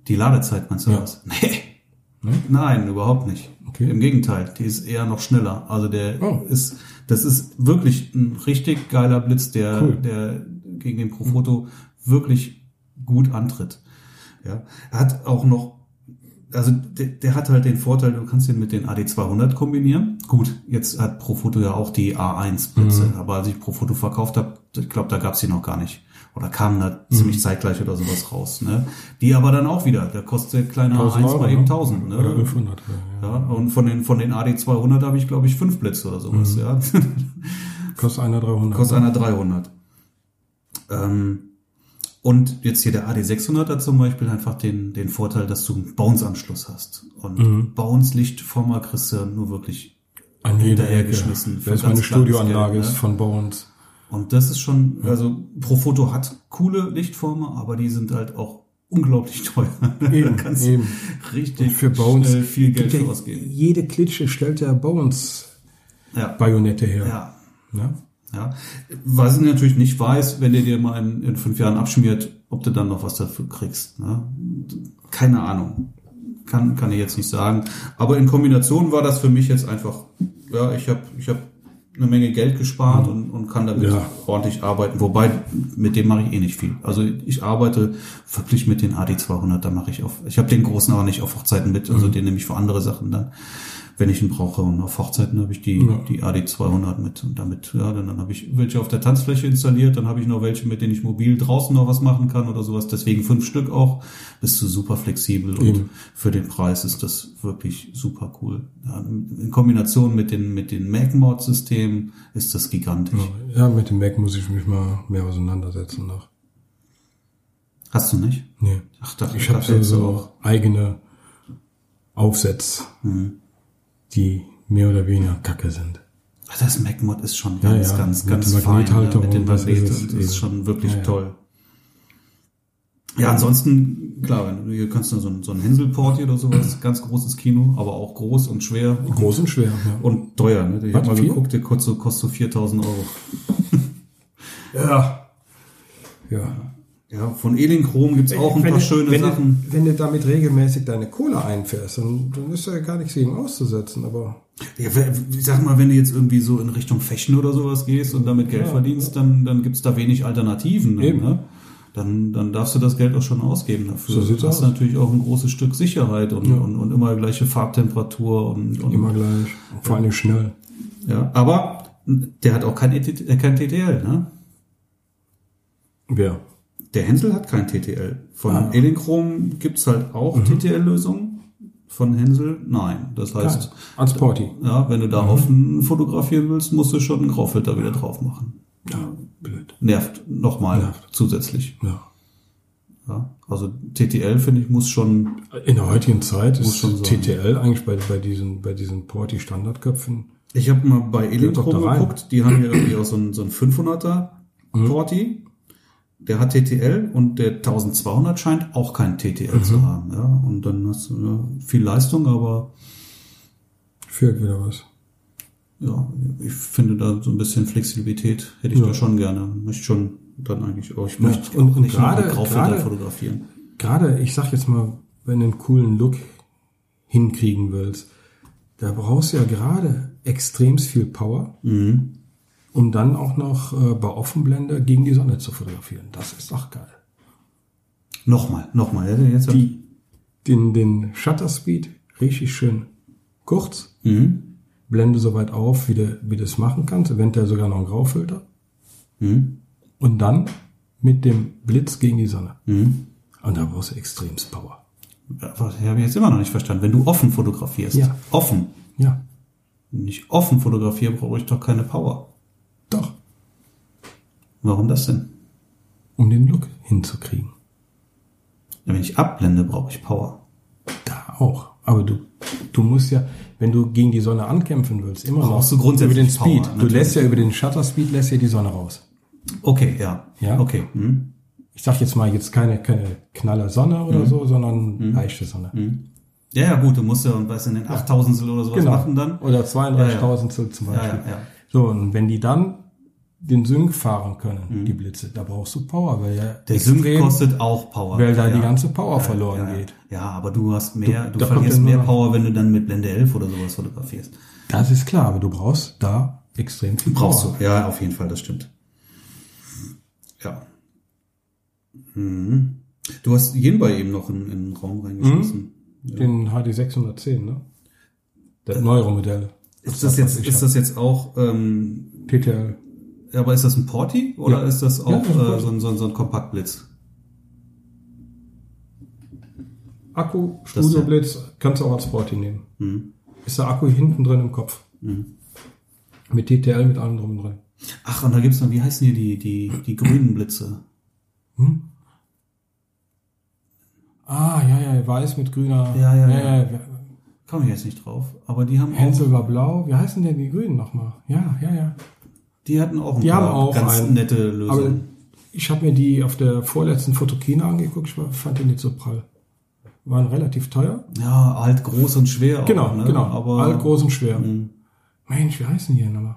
die Ladezeit meinst du Ja. was? Nee. Nein, überhaupt nicht. Okay. Im Gegenteil, die ist eher noch schneller. Also der Oh. ist, das ist wirklich ein richtig geiler Blitz, der, Cool. der gegen den Profoto wirklich gut antritt. Ja, er hat auch noch also der, der hat halt den Vorteil, du kannst den mit den AD200 kombinieren. Gut, jetzt hat Profoto ja auch die A1-Blitze, aber als ich Profoto verkauft habe, ich glaube, da gab's die noch gar nicht. Oder kamen da ziemlich zeitgleich oder sowas raus. Ne? Die aber dann auch wieder, da kostet kleine A1 Ah, mal eben 1000. Oder Ne? 500. Ja, Ja, und von den, von den AD200 habe ich, glaube ich, fünf Blitze oder sowas. Ja? ja. Kostet einer 300. Kostet einer 300. Ähm, und jetzt hier der AD600 hat zum Beispiel einfach den, den Vorteil, dass du einen Bounce-Anschluss hast. Und Mhm. Bounce-Lichtformer kriegst du nur wirklich. An jeder hinterher Ecke. geschmissen für Das ist meine ganz kleines Studioanlage, Geld, ist ne? von Bones. Und das ist schon, also Profoto hat coole Lichtformer, aber die sind halt auch unglaublich teuer. da Eben, kannst du eben. richtig Für Bones. schnell viel Geld gibt für ja ausgeben. Jede Klitsche stellt ja Bones-Bajonette Ja, her. ja. Ne? Ja. Was ich natürlich nicht weiß, wenn der dir mal in, in fünf Jahren abschmiert, ob du dann noch was dafür kriegst. Ne? Keine Ahnung. Kann, kann ich jetzt nicht sagen. Aber in Kombination war das für mich jetzt einfach, ja, ich habe ich hab eine Menge Geld gespart und, und kann damit Ja. ordentlich arbeiten. Wobei, mit dem mache ich eh nicht viel. Also ich arbeite wirklich mit den AD200, da mache ich auf. Ich habe den großen aber nicht auf Hochzeiten mit, also den nehme ich für andere Sachen dann wenn ich ihn brauche. Und auf Hochzeiten habe ich die, Ja. die AD200 mit. Und damit, ja, dann, dann habe ich welche auf der Tanzfläche installiert, dann habe ich noch welche, mit denen ich mobil draußen noch was machen kann oder sowas. Deswegen fünf Stück auch. Bist du super flexibel und Eben. für den Preis ist das wirklich super cool. Ja, in Kombination mit den, mit den Mac-Mod-Systemen ist das gigantisch. Ja, mit dem Mac muss ich mich mal mehr auseinandersetzen noch. Hast du nicht? Nee. Ach, da, Ich habe so, so eigene Aufsätze, Mhm. die mehr oder weniger kacke sind. Also Das MacMod ist schon ganz, ja, ganz, mit ganz der fein ne? Magnethalterung, mit den das Magneten. ist es Das ist eben. schon wirklich Ja, ja. toll. Ja, ansonsten, klar, wenn du- hier kannst du so ein, so ein Hänselport hier oder sowas, ganz großes Kino, aber auch groß und schwer Groß und schwer. Ja. und teuer. Ne? Ich habe Was, mal viel? geguckt, der kostet, so- kostet so 4000 Euro. Ja. ja. Ja, von Elin Chrom gibt's auch ein paar du- schöne wenn Sachen. Du, wenn du damit regelmäßig deine Kohle einfährst, dann, dann ist ja gar nichts gegen auszusetzen. Aber Ja, we- ich sag mal, wenn du jetzt irgendwie so in Richtung Fechten oder sowas gehst und damit Geld verdienst, dann, dann gibt's da wenig Alternativen. Dann, Eben. ne? dann, dann darfst du das Geld auch schon ausgeben dafür. So sieht's du hast aus. natürlich auch ein großes Stück Sicherheit und, und, und immer gleiche Farbtemperatur und, und immer gleich. Vor allem schnell. ja. Aber der hat auch kein, ET äh, kein TTL, ne? Wer? Der Hänsel hat kein TTL. Von Ah. Elinchrom gibt's halt auch Mhm. TTL-Lösungen. Von Hänsel? Nein. Das heißt, Als Porti. Ja, wenn du Mhm. da offen fotografieren willst, musst du schon einen Graufilter wieder drauf machen. Ja, blöd. Nervt nochmal zusätzlich. Ja. Ja. Also TTL, finde ich, muss schon, In der heutigen Zeit ist schon sein. TTL eigentlich bei, bei diesen, bei diesen Porti-Standardköpfen. ich habe mal bei Gehört doch Elinchrom da rein. geguckt, die haben hier irgendwie auch so einen, so einen 500er Porti. Der hat TTL und der 1200 scheint auch kein TTL zu haben. Ja, und dann hast du ja, viel Leistung, aber Fehlt wieder was. ja, ich finde da so ein bisschen Flexibilität hätte ich da schon gerne. Möchte schon dann eigentlich auch. Ich möchte und- auch und nicht nur gerade- einen Graufilter gerade- fotografieren. gerade, ich sag jetzt mal, wenn du einen coolen Look hinkriegen willst, da brauchst du ja gerade extrem viel Power, Mhm. um dann auch noch äh, bei Offenblende gegen die Sonne zu fotografieren. Das ist doch geil. Nochmal, nochmal. ja, Jetzt die, Die, den, den Shutter Speed richtig schön kurz, mhm. blende so weit auf, wie du, wie du es machen kannst, eventuell sogar noch einen Graufilter. Mhm. Und dann mit dem Blitz gegen die Sonne. Mhm. Und da brauchst du extremes Power. Was habe ich jetzt immer noch nicht verstanden? Wenn du offen fotografierst, Ja. offen, Ja, wenn ich offen fotografiere, brauche ich doch keine Power. doch, Warum das denn? um den Look hinzukriegen. Wenn ich abblende, brauche ich Power. Da auch. Aber du, du musst ja, wenn du gegen die Sonne ankämpfen willst, immer Brauchst noch du grundsätzlich über den Speed. Power, du natürlich. lässt ja über den Shutter Speed lässt ja die Sonne raus. Okay, ja. Ja. Okay. Mhm. Ich sag jetzt mal jetzt keine, keine knalle Sonne oder so, sondern Mhm. leichte Sonne. Ja, ja, gut, du musst ja und was in den 8000 oder Genau. sowas machen dann. Oder 32.000 zum Ja, Beispiel. ja, ja. So, und wenn die dann den Sync fahren können, die Blitze, da brauchst du Power, weil ja Mhm. Der Sync kostet auch Power. weil da ja. die ganze Power verloren ja, ja. geht. Ja, aber du hast mehr, du, da kommt verlierst ja nur mehr noch- Power, wenn du dann mit Blende 11 oder sowas fotografierst. Das ist klar, aber du brauchst da extrem viel Brauchst Power. du. Ja, auf jeden Fall, das stimmt. Ja. Mhm. Du hast Yin bei eben noch in, in den Raum reingeschmissen. Den HD 610, ne? Das neuere Modell. Ist das jetzt, ist das jetzt auch, ähm, TTL. aber ist das ein Porti oder Ja. ist das auch das ist ein äh, Porti. so, ein, so, ein, so ein Kompaktblitz? Akku, ja- Studioblitz, kannst du auch als Sporty nehmen. Hm. Ist der Akku hinten drin im Kopf. Mhm. Mit TTL, mit allem drum und dran. Ach, und da gibt's noch, wie heißen hier die, die, die grünen Blitze? Hm? Ah, ja, ja, weiß mit grüner. Ja, ja, ja. ja. Komme ich jetzt nicht drauf. Aber die haben auch, Hänsel war blau. Wie heißen denn die Grünen nochmal? Ja, ja, ja. die hatten auch ein Die haben auch ganz einen. nette Aber Lösungen. ich habe mir die auf der vorletzten Fotokina angeguckt. Ich war- fand die nicht so prall. Waren relativ teuer. Ja, halt groß und schwer. Genau, auch, ne? genau. Aber Mhm. Alt, groß und schwer. Mh. Mensch, wie heißen die denn nochmal?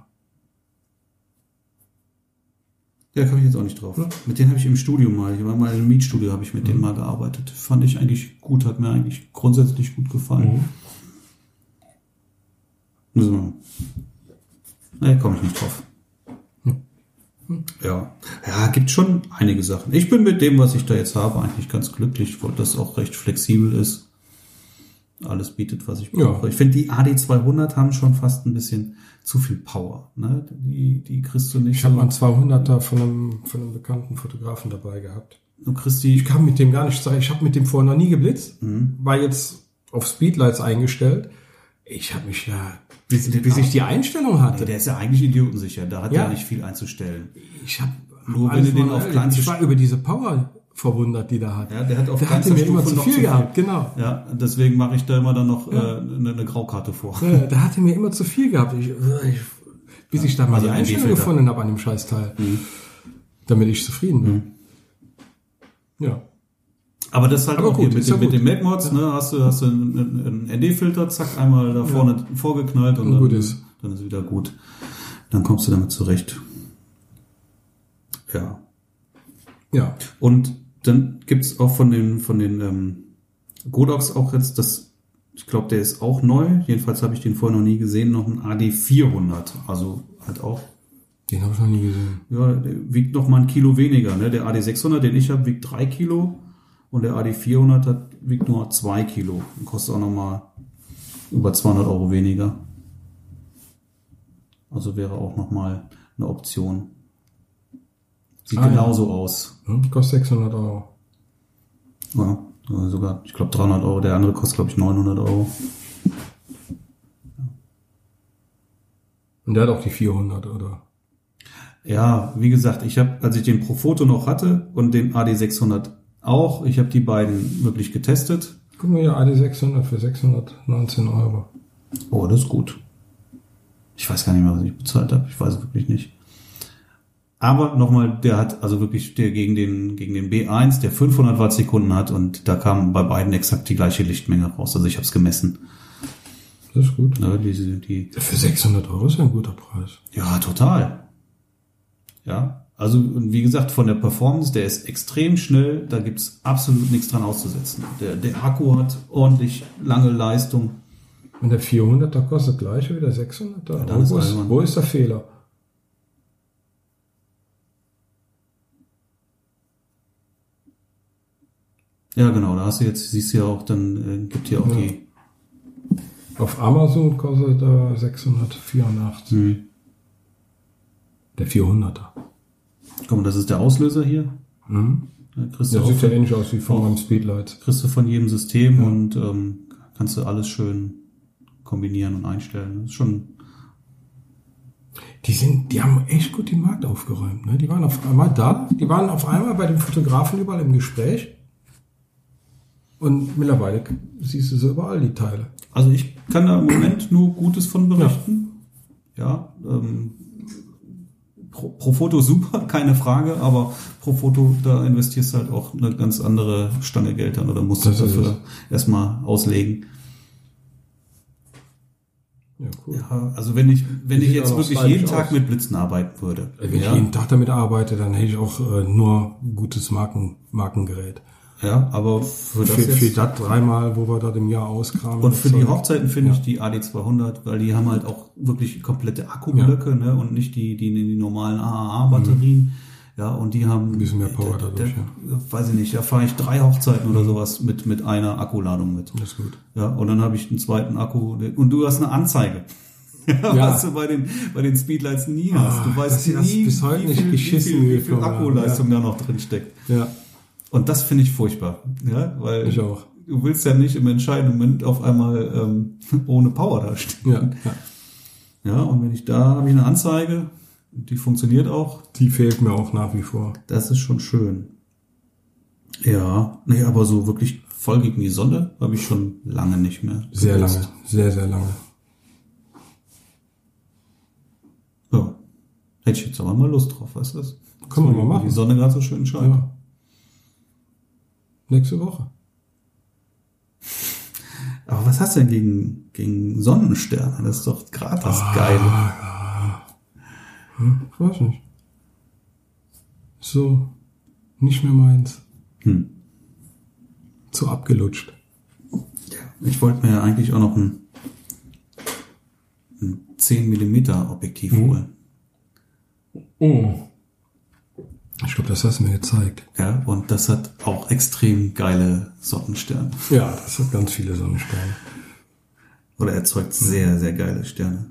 Ja, komme ich jetzt auch nicht drauf. Ja. Mit denen habe ich im Studio mal, ich war mal im Mietstudio, habe ich mit denen Hm. mal gearbeitet. Fand ich eigentlich gut, hat mir eigentlich grundsätzlich gut Mhm. gefallen. So. Nee, komme ich nicht drauf. Ja. Ja. Ja, gibt schon einige Sachen. Ich bin mit dem, was ich da jetzt habe, eigentlich ganz glücklich, weil das auch recht flexibel ist. Alles bietet, was ich Ja. brauche. Ich finde, die AD200 haben schon fast ein bisschen zu viel Power. Ne? Die, die kriegst du nicht. Ich habe so- mal einen 200er von einem, von einem bekannten Fotografen dabei gehabt. du kriegst die Ich kam mit dem gar nicht zurecht. Ich habe mit dem vorher noch nie geblitzt. Mhm. War jetzt auf Speedlights eingestellt. Ich habe mich ja, bis, bis ich die Einstellung Also hatte. der ist ja eigentlich idiotensicher, da hat Ja. er nicht viel einzustellen. ich habe Nur wenn du den auf kleinste Ich war über diese Power verwundert, die der hat. Ja, der hat auf der kleinster hatte mir immer Stufe zu noch zu viel viel. gehabt, genau. Ja, deswegen mache ich da immer dann noch äh, eine, eine Graukarte vor. Ja, Äh, der hatte mir immer zu viel gehabt. Ich, äh, ich, bis ich da mal also die ein Einstellung Defilter. Mhm. gefunden habe an dem Scheißteil. Damit ich zufrieden bin. Ja. Aber das ist halt Aber auch gut, hier mit, ist ja dem- mit gut. dem MacMods, ne, hast du, hast du einen, einen ND-Filter, zack, einmal da vorne vorgeknallt und Und dann, gut ist. dann ist wieder gut. Dann kommst du damit zurecht. Ja. Ja. Und dann gibt's auch von den, von den ähm, Godox auch jetzt das, ich glaube, der ist auch neu. Jedenfalls habe ich den vorher noch nie gesehen, noch ein AD400. Also halt auch, Den habe ich noch nie gesehen. ja, der wiegt noch mal ein Kilo weniger. Ne? Der AD600, den ich habe, wiegt drei Kilo und der AD400 hat, wiegt nur zwei Kilo und kostet auch noch mal über 200 Euro weniger. Also wäre auch noch mal eine Option. Sieht Ah, ja. genauso aus. Hm? Kostet 600 Euro. Ja, äh, sogar, ich glaube 300 Euro. Der andere kostet, glaube ich, 900 Euro. Und der hat auch die 400, oder? Ja, wie gesagt, ich habe, als ich den Profoto noch hatte und den AD600 auch, ich habe die beiden wirklich getestet. Guck mal hier, alle 600 für 619 Euro. Oh, das ist gut. Ich weiß gar nicht mehr, was ich bezahlt habe. Ich weiß es wirklich nicht. Aber nochmal, der hat also wirklich der gegen den, gegen den B1, der 500 Watt Sekunden hat und da kam bei beiden exakt die gleiche Lichtmenge raus. Also ich habe es gemessen. Das ist gut. Ne, diese, die, Für 600 Euro ist ja ein guter Preis. Ja, total. Ja, also und wie gesagt, von der Performance, der ist extrem schnell, da gibt's absolut nichts dran auszusetzen. Der, der Akku hat ordentlich lange Leistung. Und der 400er kostet gleich wie der 600er. dann ist wo, albern. ist, wo ist der Fehler? Ja, genau, da hast du jetzt, siehst du ja auch, dann äh, gibt hier auch Ja. die. Auf Amazon kostet er 684. Hm. Der 400er. Guck mal, das ist der Auslöser hier. Mhm. Da kriegst, du Der auch, sieht ja ähnlich aus wie von meinem Speedlight. kriegst du von jedem System und ähm, kannst du alles schön kombinieren und einstellen. Das ist schon. Die sind, die haben echt gut den Markt aufgeräumt. Ne? Die waren auf einmal da. Die waren auf einmal bei den Fotografen überall im Gespräch. Und mittlerweile siehst du sie überall, die Teile. Also ich kann da im Moment nur Gutes von berichten. Ja, ähm, pro, pro Foto super, keine Frage, aber pro Foto, da investierst du halt auch eine ganz andere Stange Geld an oder musst du Das ist dafür erstmal auslegen. Ja, cool. Ja, also wenn ich, wenn Die ich sieht jetzt auch wirklich stylisch jeden Tag aus. Äh, mit Blitzen arbeiten würde. Wenn ich ja, jeden Tag damit arbeite, dann hätte ich auch äh, nur gutes Marken, Markengerät. ja, aber für das Für, jetzt, für das dreimal, wo wir das im Jahr auskramen. und für das die Zeug. Hochzeiten finde ich die AD200, weil die haben halt auch wirklich komplette Akkublöcke ne, und nicht die, die, die normalen AAA-Batterien. Ja, und die haben. Ein bisschen mehr Power da, da, dadurch, da, Weiß ich nicht, da fahre ich drei Hochzeiten oder sowas mit, mit einer Akkuladung mit. Das ist gut. Ja, und dann habe ich einen zweiten Akku und du hast eine Anzeige. Ja. Was du bei den, bei den Speedlights nie hast. Du Ah, dass weißt sie das nie, bis heute nicht geschissen wie viel, wie viel bekommen haben, Akkuleistung da noch drin steckt. Ja, Und das finde ich furchtbar. Ja, weil ich auch. du willst ja nicht im entscheidenden Moment auf einmal ähm, ohne Power dastehen. Ja, ja. Ja, und wenn ich da habe ich eine Anzeige, die funktioniert auch, Die fehlt mir auch nach wie vor. das ist schon schön. Ja, nee, aber so wirklich voll gegen die Sonne habe ich schon lange nicht mehr. Sehr genutzt. lange. Sehr, sehr lange. Ja. Hätte ich jetzt aber mal Lust drauf, weißt du das? Können wir mal Die machen. Sonne gerade so schön scheint. Ja. Nächste Woche. Aber was hast du denn gegen, gegen Sonnensterne? Das ist doch gerade das Ah. Geile. Ich weiß nicht. So, nicht mehr meins. Hm. Zu abgelutscht. Ich wollte mir ja eigentlich auch noch ein, ein 10 Millimeter Objektiv holen. Oh. Ich glaube, das hast du mir gezeigt. Ja, und das hat auch extrem geile Sonnensterne. Ja, das hat ganz viele Sonnensterne. Oder erzeugt sehr, sehr geile Sterne.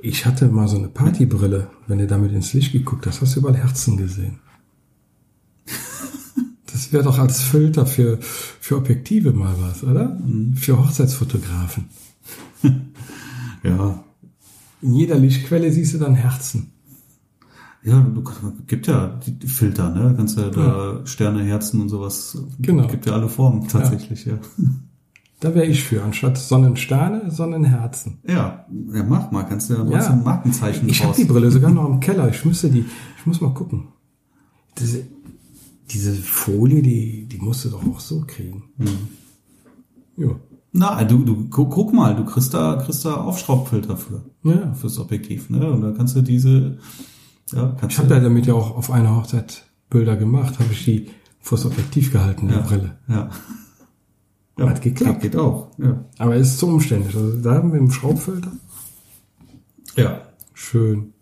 Ich hatte mal so eine Partybrille. Wenn du damit ins Licht geguckt hast, hast du überall Herzen gesehen. Das wäre doch als Filter für, für Objektive mal was, oder? Für Hochzeitsfotografen. Ja. In jeder Lichtquelle siehst du dann Herzen. Ja, du, kannst- gibt ja die die Filter, ne? Kannst ja da Sterne, Herzen und sowas. Genau. Gibt ja alle Formen tatsächlich, ja. Da wäre ich für, anstatt Sonnensterne, Sonnenherzen. Ja, ja mach mal, kannst du ja, machst du ein Markenzeichen Ich habe die Brille sogar noch im Keller. Ich müsste die, ich muss mal gucken. Diese, diese Folie, die, die musst du doch auch so kriegen. Ja. Na, du, du guck, guck mal, du kriegst da, kriegst da Aufschraubfilter für, Ja. fürs Objektiv, ne? Und da kannst du diese, ja, kannst Ich habe du, ja damit ja auch auf einer Hochzeit Bilder gemacht, habe ich die vors Objektiv gehalten, die Brille. ja. ja. Hat geklappt. Geht auch, ja. Aber es ist zu umständlich. Also da haben wir im Schraubfilter. Ja. Schön.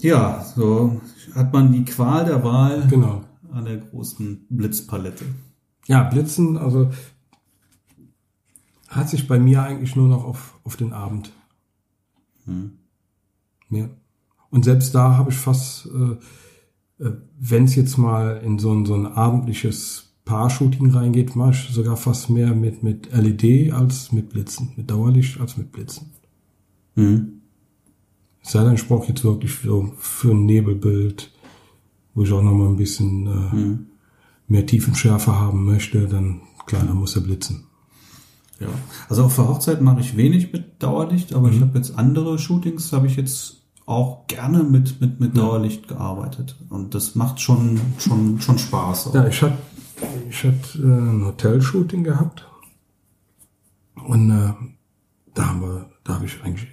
Ja, so hat man die Qual der Wahl Genau. an der großen Blitzpalette. Ja, Blitzen, also hat sich bei mir eigentlich nur noch auf, auf den Abend. Hm. Ja. Und selbst da habe ich fast, äh, wenn es jetzt mal in so ein, so ein abendliches Paar-Shooting reingeht, mache ich sogar fast mehr mit, mit LED als mit Blitzen, mit Dauerlicht als mit Blitzen. Hm. Es sei denn, ich brauche jetzt wirklich so für ein Nebelbild, wo ich auch nochmal ein bisschen äh, mehr Tiefenschärfe haben möchte, dann klar, dann muss er blitzen. Ja. Also auf der Hochzeit mache ich wenig mit Dauerlicht, aber ich habe jetzt andere Shootings, habe ich jetzt auch gerne mit, mit, mit Dauerlicht gearbeitet. Und das macht schon, schon, schon Spaß. Auch. Ja, ich hatte ich hat, äh, ein Hotelshooting gehabt und äh, da haben wir, da habe ich eigentlich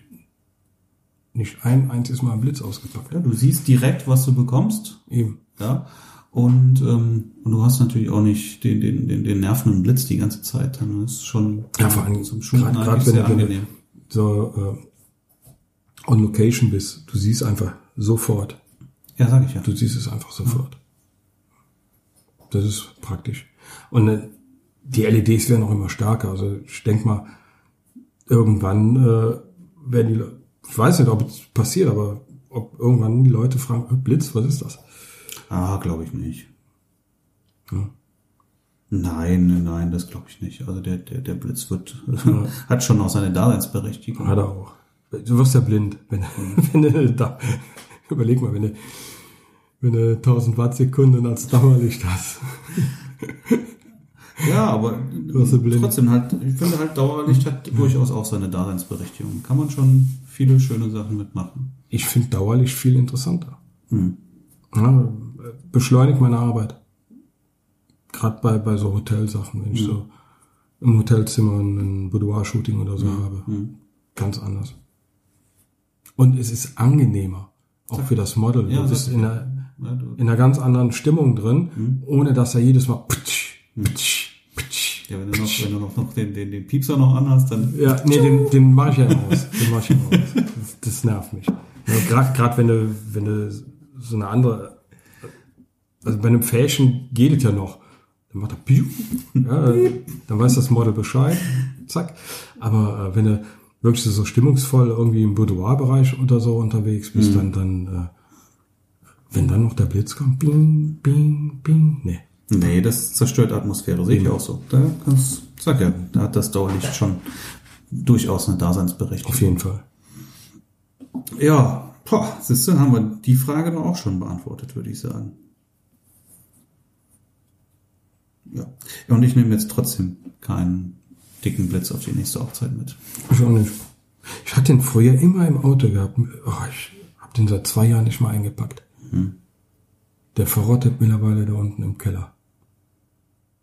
nicht ein einziges Mal einen Blitz ausgepackt. Ja, du siehst direkt, was du bekommst. Eben. Ja. Und, ähm, und du hast natürlich auch nicht den, den, den, den nervenden Blitz die ganze Zeit. Dann ist schon Ja, vor allem zum Shooten grad- grad eigentlich wenn sehr du- wenn du- angenehm. So äh, on location bist, du siehst einfach sofort. Ja, sag ich ja. Du siehst es einfach sofort. Das ist praktisch. Und äh, die LEDs werden auch immer stärker. Also ich denke mal, irgendwann äh, werden die, Le- ich weiß nicht, ob es passiert, aber ob irgendwann die Leute fragen, "Äh, Blitz, was ist das? Ah, glaube ich nicht. Ja. Nein, nein, nein, das glaube ich nicht. Also der, der, der Blitz wird, hat schon auch seine Daseinsberechtigung. Hat er auch. Du wirst ja blind, wenn, wenn du da, überleg mal, wenn du, wenn du 1000 Watt Sekunden als Dauerlicht hast. Ja, aber hast du blind. trotzdem halt, ich finde halt Dauerlicht hat durchaus auch seine Daseinsberechtigung. Kann man schon viele schöne Sachen mitmachen. Ich finde Dauerlicht viel interessanter. Hm. Ja, beschleunigt meine Arbeit. Gerade bei, bei so Hotelsachen, wenn ich so im Hotelzimmer ein ein Boudoir-Shooting oder so habe. Ganz anders. Und es ist angenehmer, auch für das Model. Ja, du bist sag- in einer, Ja, du- in einer ganz anderen Stimmung drin, ohne dass er jedes Mal ptsch, ptsch, ptsch. ja wenn du noch, wenn du noch, noch den, den, den Piepser noch anhast, dann Ja, nee, den, den mache ich ja raus. Den mach ich ja raus. Das, das nervt mich. Gerade wenn du, wenn du so eine andere also bei einem Fashion geht es ja noch. Dann macht er piu, ja, dann weiß das Model Bescheid, zack. Aber äh, wenn du wirklich so stimmungsvoll irgendwie im Boudoir-Bereich oder so unterwegs bist, dann, dann, äh, wenn dann noch der Blitz kommt, bing, bing, bing, nee. Nee, das zerstört Atmosphäre, Mhm. sehe ich auch so. Da kannst, sag ja, da hat das Dauerlicht schon durchaus eine Auf Daseinsberechtigung. jeden Fall. Ja, boah, siehst du, haben wir die Frage doch auch schon beantwortet, würde ich sagen. Ja. ja, und ich nehme jetzt trotzdem keinen dicken Blitz auf die nächste Hochzeit mit. Ich auch nicht. Ich hatte den früher immer im Auto gehabt. Oh, ich habe den seit zwei Jahren nicht mal eingepackt. Hm. Der verrottet mittlerweile da unten im Keller.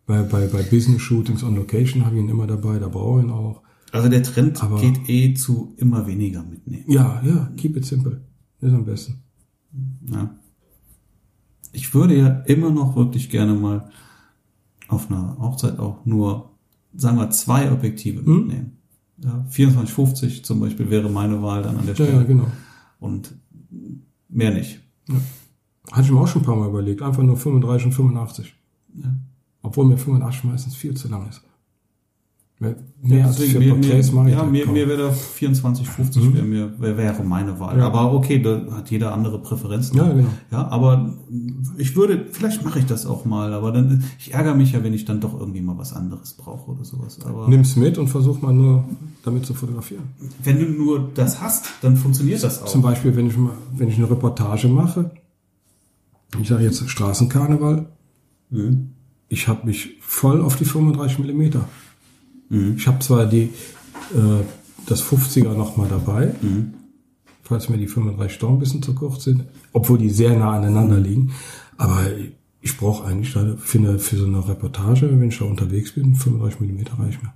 Bei, bei, bei Business Shootings on Location habe ich ihn immer dabei, da brauche ich ihn auch. Also der Trend Aber- geht eh zu immer weniger mitnehmen. Ja, ja, keep it simple. Ist am besten. Ja. Ich würde ja immer noch wirklich gerne mal auf einer Hochzeit auch nur, sagen wir, zwei Objektive Hm? mitnehmen. Ja, 2450 zum Beispiel wäre meine Wahl dann an der Ja, Stelle. ja, genau. Und mehr nicht. Hatte ich mir auch schon ein paar Mal überlegt. Einfach nur 35 und 85. Ja. Obwohl mir 85 meistens viel zu lang ist. Mehr, mehr als Deswegen, vier mir, Porträts mache mir, also ich ja, da mir, kaum. Mhm. mir wäre da 24, 50 wäre mir wär, wäre meine Wahl. Ja. Aber okay, da hat jeder andere Präferenzen. Ja, genau. Ja, aber ich würde, vielleicht mache ich das auch mal, aber dann, ich ärgere mich ja, wenn ich dann doch irgendwie mal was anderes brauche oder sowas. Aber Nimm's mit und versuch mal nur damit zu fotografieren. wenn du nur das hast, dann funktioniert das Zum auch. Beispiel, wenn ich, mal, wenn ich eine Reportage mache, ich sage jetzt Straßenkarneval, Mhm. ich habe mich voll auf die 35 mm. Ich habe zwar die, äh, das 50er nochmal dabei, falls mir die 35 doch ein bisschen zu kurz sind, obwohl die sehr nah aneinander liegen, aber ich brauche eigentlich da für, eine, für so eine Reportage, wenn ich da unterwegs bin, 35 mm reicht mir.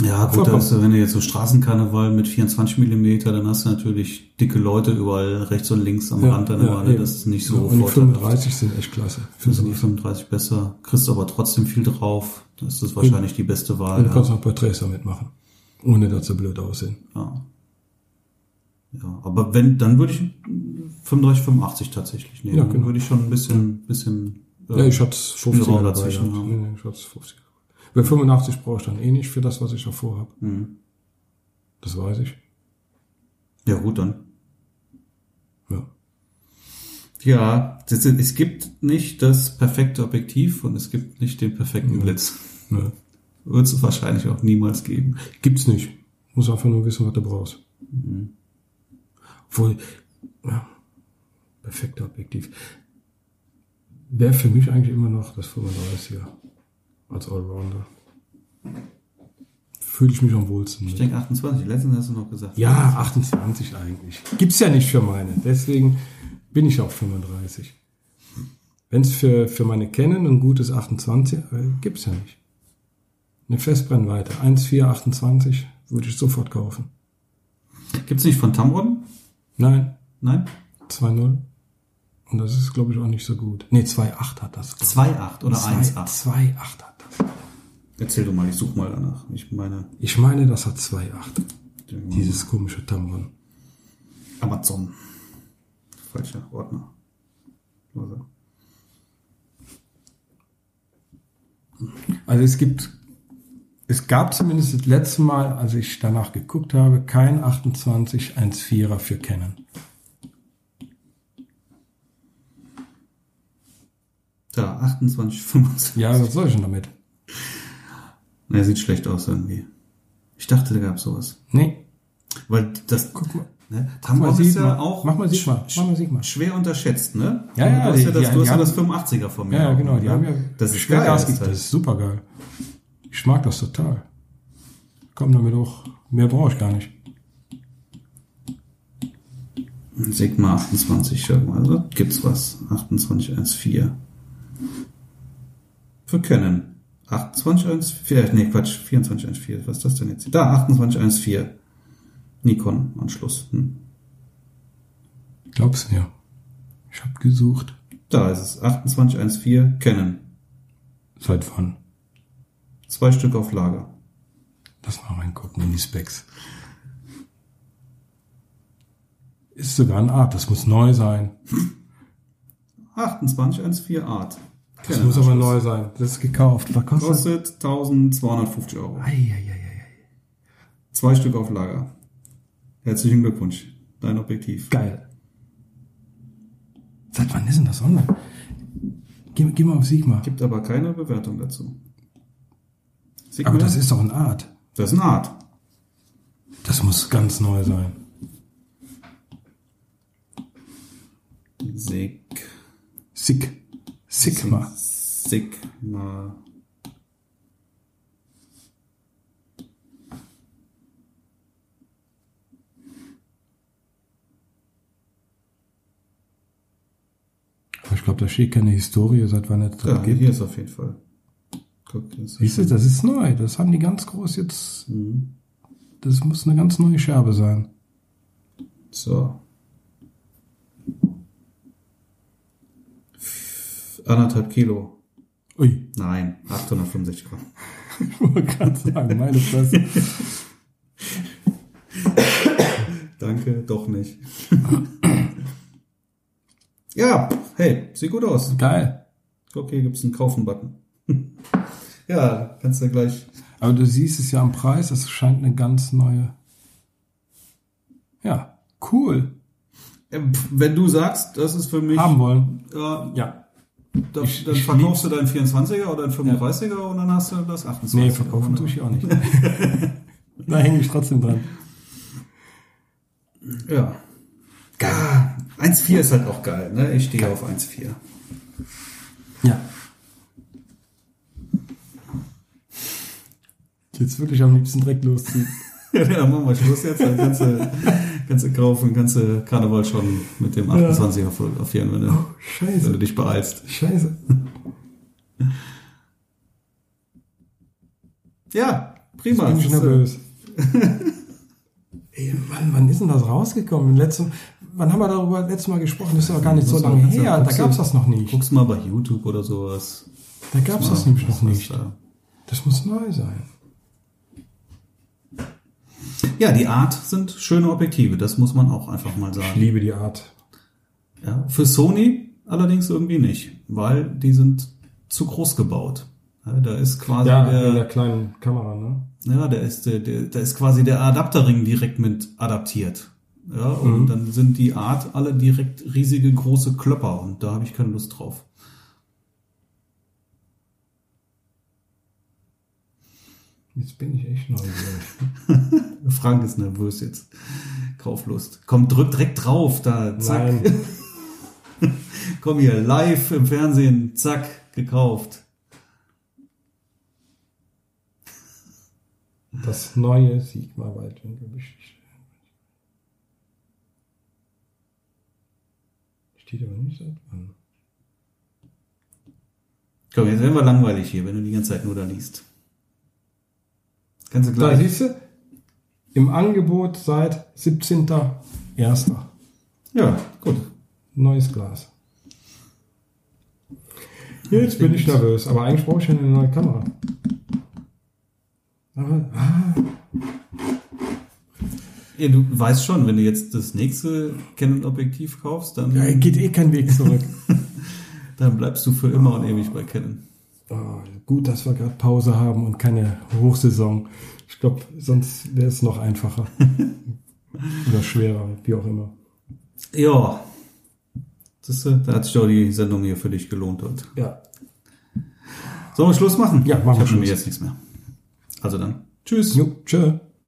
Ja, gut, Vollkommen. also wenn du jetzt so Straßenkarneval mit 24 Millimeter, dann hast du natürlich dicke Leute überall rechts und links am Rand deiner Wahl. eben. ne? Das ist nicht so Ja, Und die vorteilhaft. 35 sind echt klasse. Für Sind so die 35 besser, kriegst aber trotzdem viel drauf. Das ist wahrscheinlich die beste Wahl. Du Ja. kannst noch Porträts damit machen, ohne dass sie blöd aussehen. Ja. ja. Aber wenn, dann würde ich 35, 85 tatsächlich nehmen. Ja, Dann genau. würde ich schon ein bisschen, bisschen äh, Ja, ich hatte 50 Spielraum dabei, dazwischen, gehabt. ja. Nee, nee, ich hatte 50. Bei 85 brauche ich dann eh nicht für das, was ich davor habe. Mhm. Das weiß ich. ja gut, dann. Ja. Ja, das, sind- es gibt nicht das perfekte Objektiv und es gibt nicht den perfekten Blitz. Ne. Wird es wahrscheinlich auch niemals geben. Gibt's nicht. Muss einfach nur wissen, was du brauchst. Obwohl, ja, perfekter Objektiv. Wäre für mich eigentlich immer noch das 35er als Allrounder. Fühle ich mich am wohlsten. Ich Mit. denke 28, letztens hast du noch gesagt. Ja, 28 eigentlich. Gibt's ja nicht für meine. Deswegen bin ich auch 35. Wenn's für, für meine Canon ein gutes 28 äh, gibt's ja nicht. Eine Festbrennweite 1,4, 28 würde ich sofort kaufen. Gibt's nicht von Tamron? Nein, Nein? 2,0. Und das ist, glaube ich, auch nicht so gut. Nee, 2,8 hat das. 2,8 oder 1,8. 2,8 hat das. Erzähl du mal, ich suche mal danach. Ich meine, Ich meine, das hat 2,8. Dieses komische Tamron. Amazon. Falscher Ordner. Also. Also es gibt, es gab zumindest das letzte Mal, als ich danach geguckt habe, kein 28 1,4er für Canon. Da, 28, 25. Ja, was soll ich denn damit? Ne, sieht schlecht aus irgendwie. Ich dachte, da gab sowas. Nee, Weil das. guck mal. Ne, Mach Tamron mal ist Sigma. ja auch Mach mal Sigma. sch- Mach mal Sigma. schwer unterschätzt, ne? Ja, ja, Du hast ja die- das, die- du hast ja die das 85er von mir. Ja, ja, genau, die ne? haben ja Das ist schwer geil. Gas Das gegeben. Das halt. ist super geil. Ich mag das total. Komm damit auch. Mehr brauche ich gar nicht. Sigma 28, schau mal. Also, gibt's was? 28, 1,4. Wir können. 28, 1,4. äh, Nee, Quatsch. 24, 1,4. Was ist das denn jetzt? Da, 28, 1,4. Nikon, Anschluss. Hm. Glaubst du mir? Ich habe gesucht. Da ist es. 28, 1,4. Canon. Seit wann? Zwei Stück auf Lager. Lass mal reingucken in die Specs. Ist sogar ein Art, das muss neu sein. 2814 Art. Genau. Das muss aber neu sein. Das ist gekauft. Was kostet das? Kostet 1250 Euro. Eieieiei. Zwei Stück auf Lager. Herzlichen Glückwunsch. Dein Objektiv. Geil. Seit wann ist denn das online? Geh, geh mal auf Sigma. Gibt aber keine Bewertung dazu. Sigma, Aber das ist doch ein Art. das ist eine Art. Das muss ganz neu sein. Sig. Sig. Sigma. Sigma. Aber ich glaube, da steht keine Historie, seit wann es das Ja, gibt. hier ist auf jeden Fall. Guck, hier ist Siehst du, das ist neu. Das haben die ganz groß jetzt. Das muss eine ganz neue Scherbe sein. So. Anderthalb Kilo. Ui, Nein, 865 Gramm. ich wollte gerade sagen, meine Fresse. Mhm. Danke, doch nicht. ja, hey, sieht gut aus. Geil. Guck, hier gibt's einen Kaufen-Button. ja, kannst du gleich. Aber du siehst es ja am Preis, es scheint eine ganz neue. Ja, cool. Ähm, Wenn du sagst, das ist für mich, Haben wollen. äh, Ja. Da, Ah, Ich- dann ich verkaufst du deinen 24er oder deinen 35er und dann hast du das 28er. Nee, verkaufen tue ich auch nicht. da hänge ich trotzdem dran. Ja. Ah, 1,4 ist halt auch geil, ne? Ich stehe auf 1,4. Ja. Jetzt würde ich am liebsten direkt losziehen. ja, dann machen wir Schluss jetzt. Dann kannst du, kannst du kaufen, kannst du Karneval schon mit dem 28er fotografieren, wenn du, wenn Oh, Scheiße. du dich beeilst. Scheiße. Ja, Jetzt prima. bin ich Das ist, äh, nervös. Ey, Mann, wann ist denn das rausgekommen? Letzten, wann haben wir darüber letztes Mal gesprochen? Das ist doch gar nicht so Muss man- lange kannst du- her. Da guckst du- gab's das noch äh, nicht. Guckst mal bei YouTube oder sowas. Da gab's das Mal, nämlich noch was ist nicht. da. Das muss neu sein. Ja, die Art sind schöne Objektive, das muss man auch einfach mal sagen. Ich liebe die Art. Ja, für Sony allerdings irgendwie nicht, weil die sind zu groß gebaut. Ja, da ist quasi Ja, der, in Also der kleinen Kamera, ne? ja, da ist der, der, da ist quasi der Adapterring direkt mit adaptiert. Ja, Mhm. und dann sind die Art alle direkt riesige große Klöpper und da habe ich keine Lust drauf. Jetzt bin ich echt neugierig. Frank ist nervös jetzt. Kauflust. Komm, drück direkt drauf, da, zack. Nein. Komm hier, live im Fernsehen, zack, gekauft. Das neue Sigma Weitwinkelbeschicht. Steht aber nicht seit wann. Komm, jetzt werden wir langweilig hier, wenn du die ganze Zeit nur da liest. Kannst du Da gleich. siehst du, im Angebot seit 17.01. Ja, gut. Neues Glas. Jetzt bin ich nervös, aber eigentlich brauche ich ja eine neue Kamera. Aber, ah, Ja, du weißt schon, wenn du jetzt das nächste Canon-Objektiv kaufst, dann, geht eh kein Weg zurück. dann bleibst du für immer und ewig bei Canon. Oh, gut, dass wir gerade Pause haben und keine Hochsaison. Ich glaube, sonst wäre es noch einfacher. Oder schwerer, wie auch immer. Ja. Siehst du, da hat sich doch die Sendung hier für dich gelohnt heute. Ja. Sollen wir Schluss machen? Ja, machen wir Ich habe Schluss. nämlich jetzt nichts mehr. Also dann. Tschüss. Jo, tschö.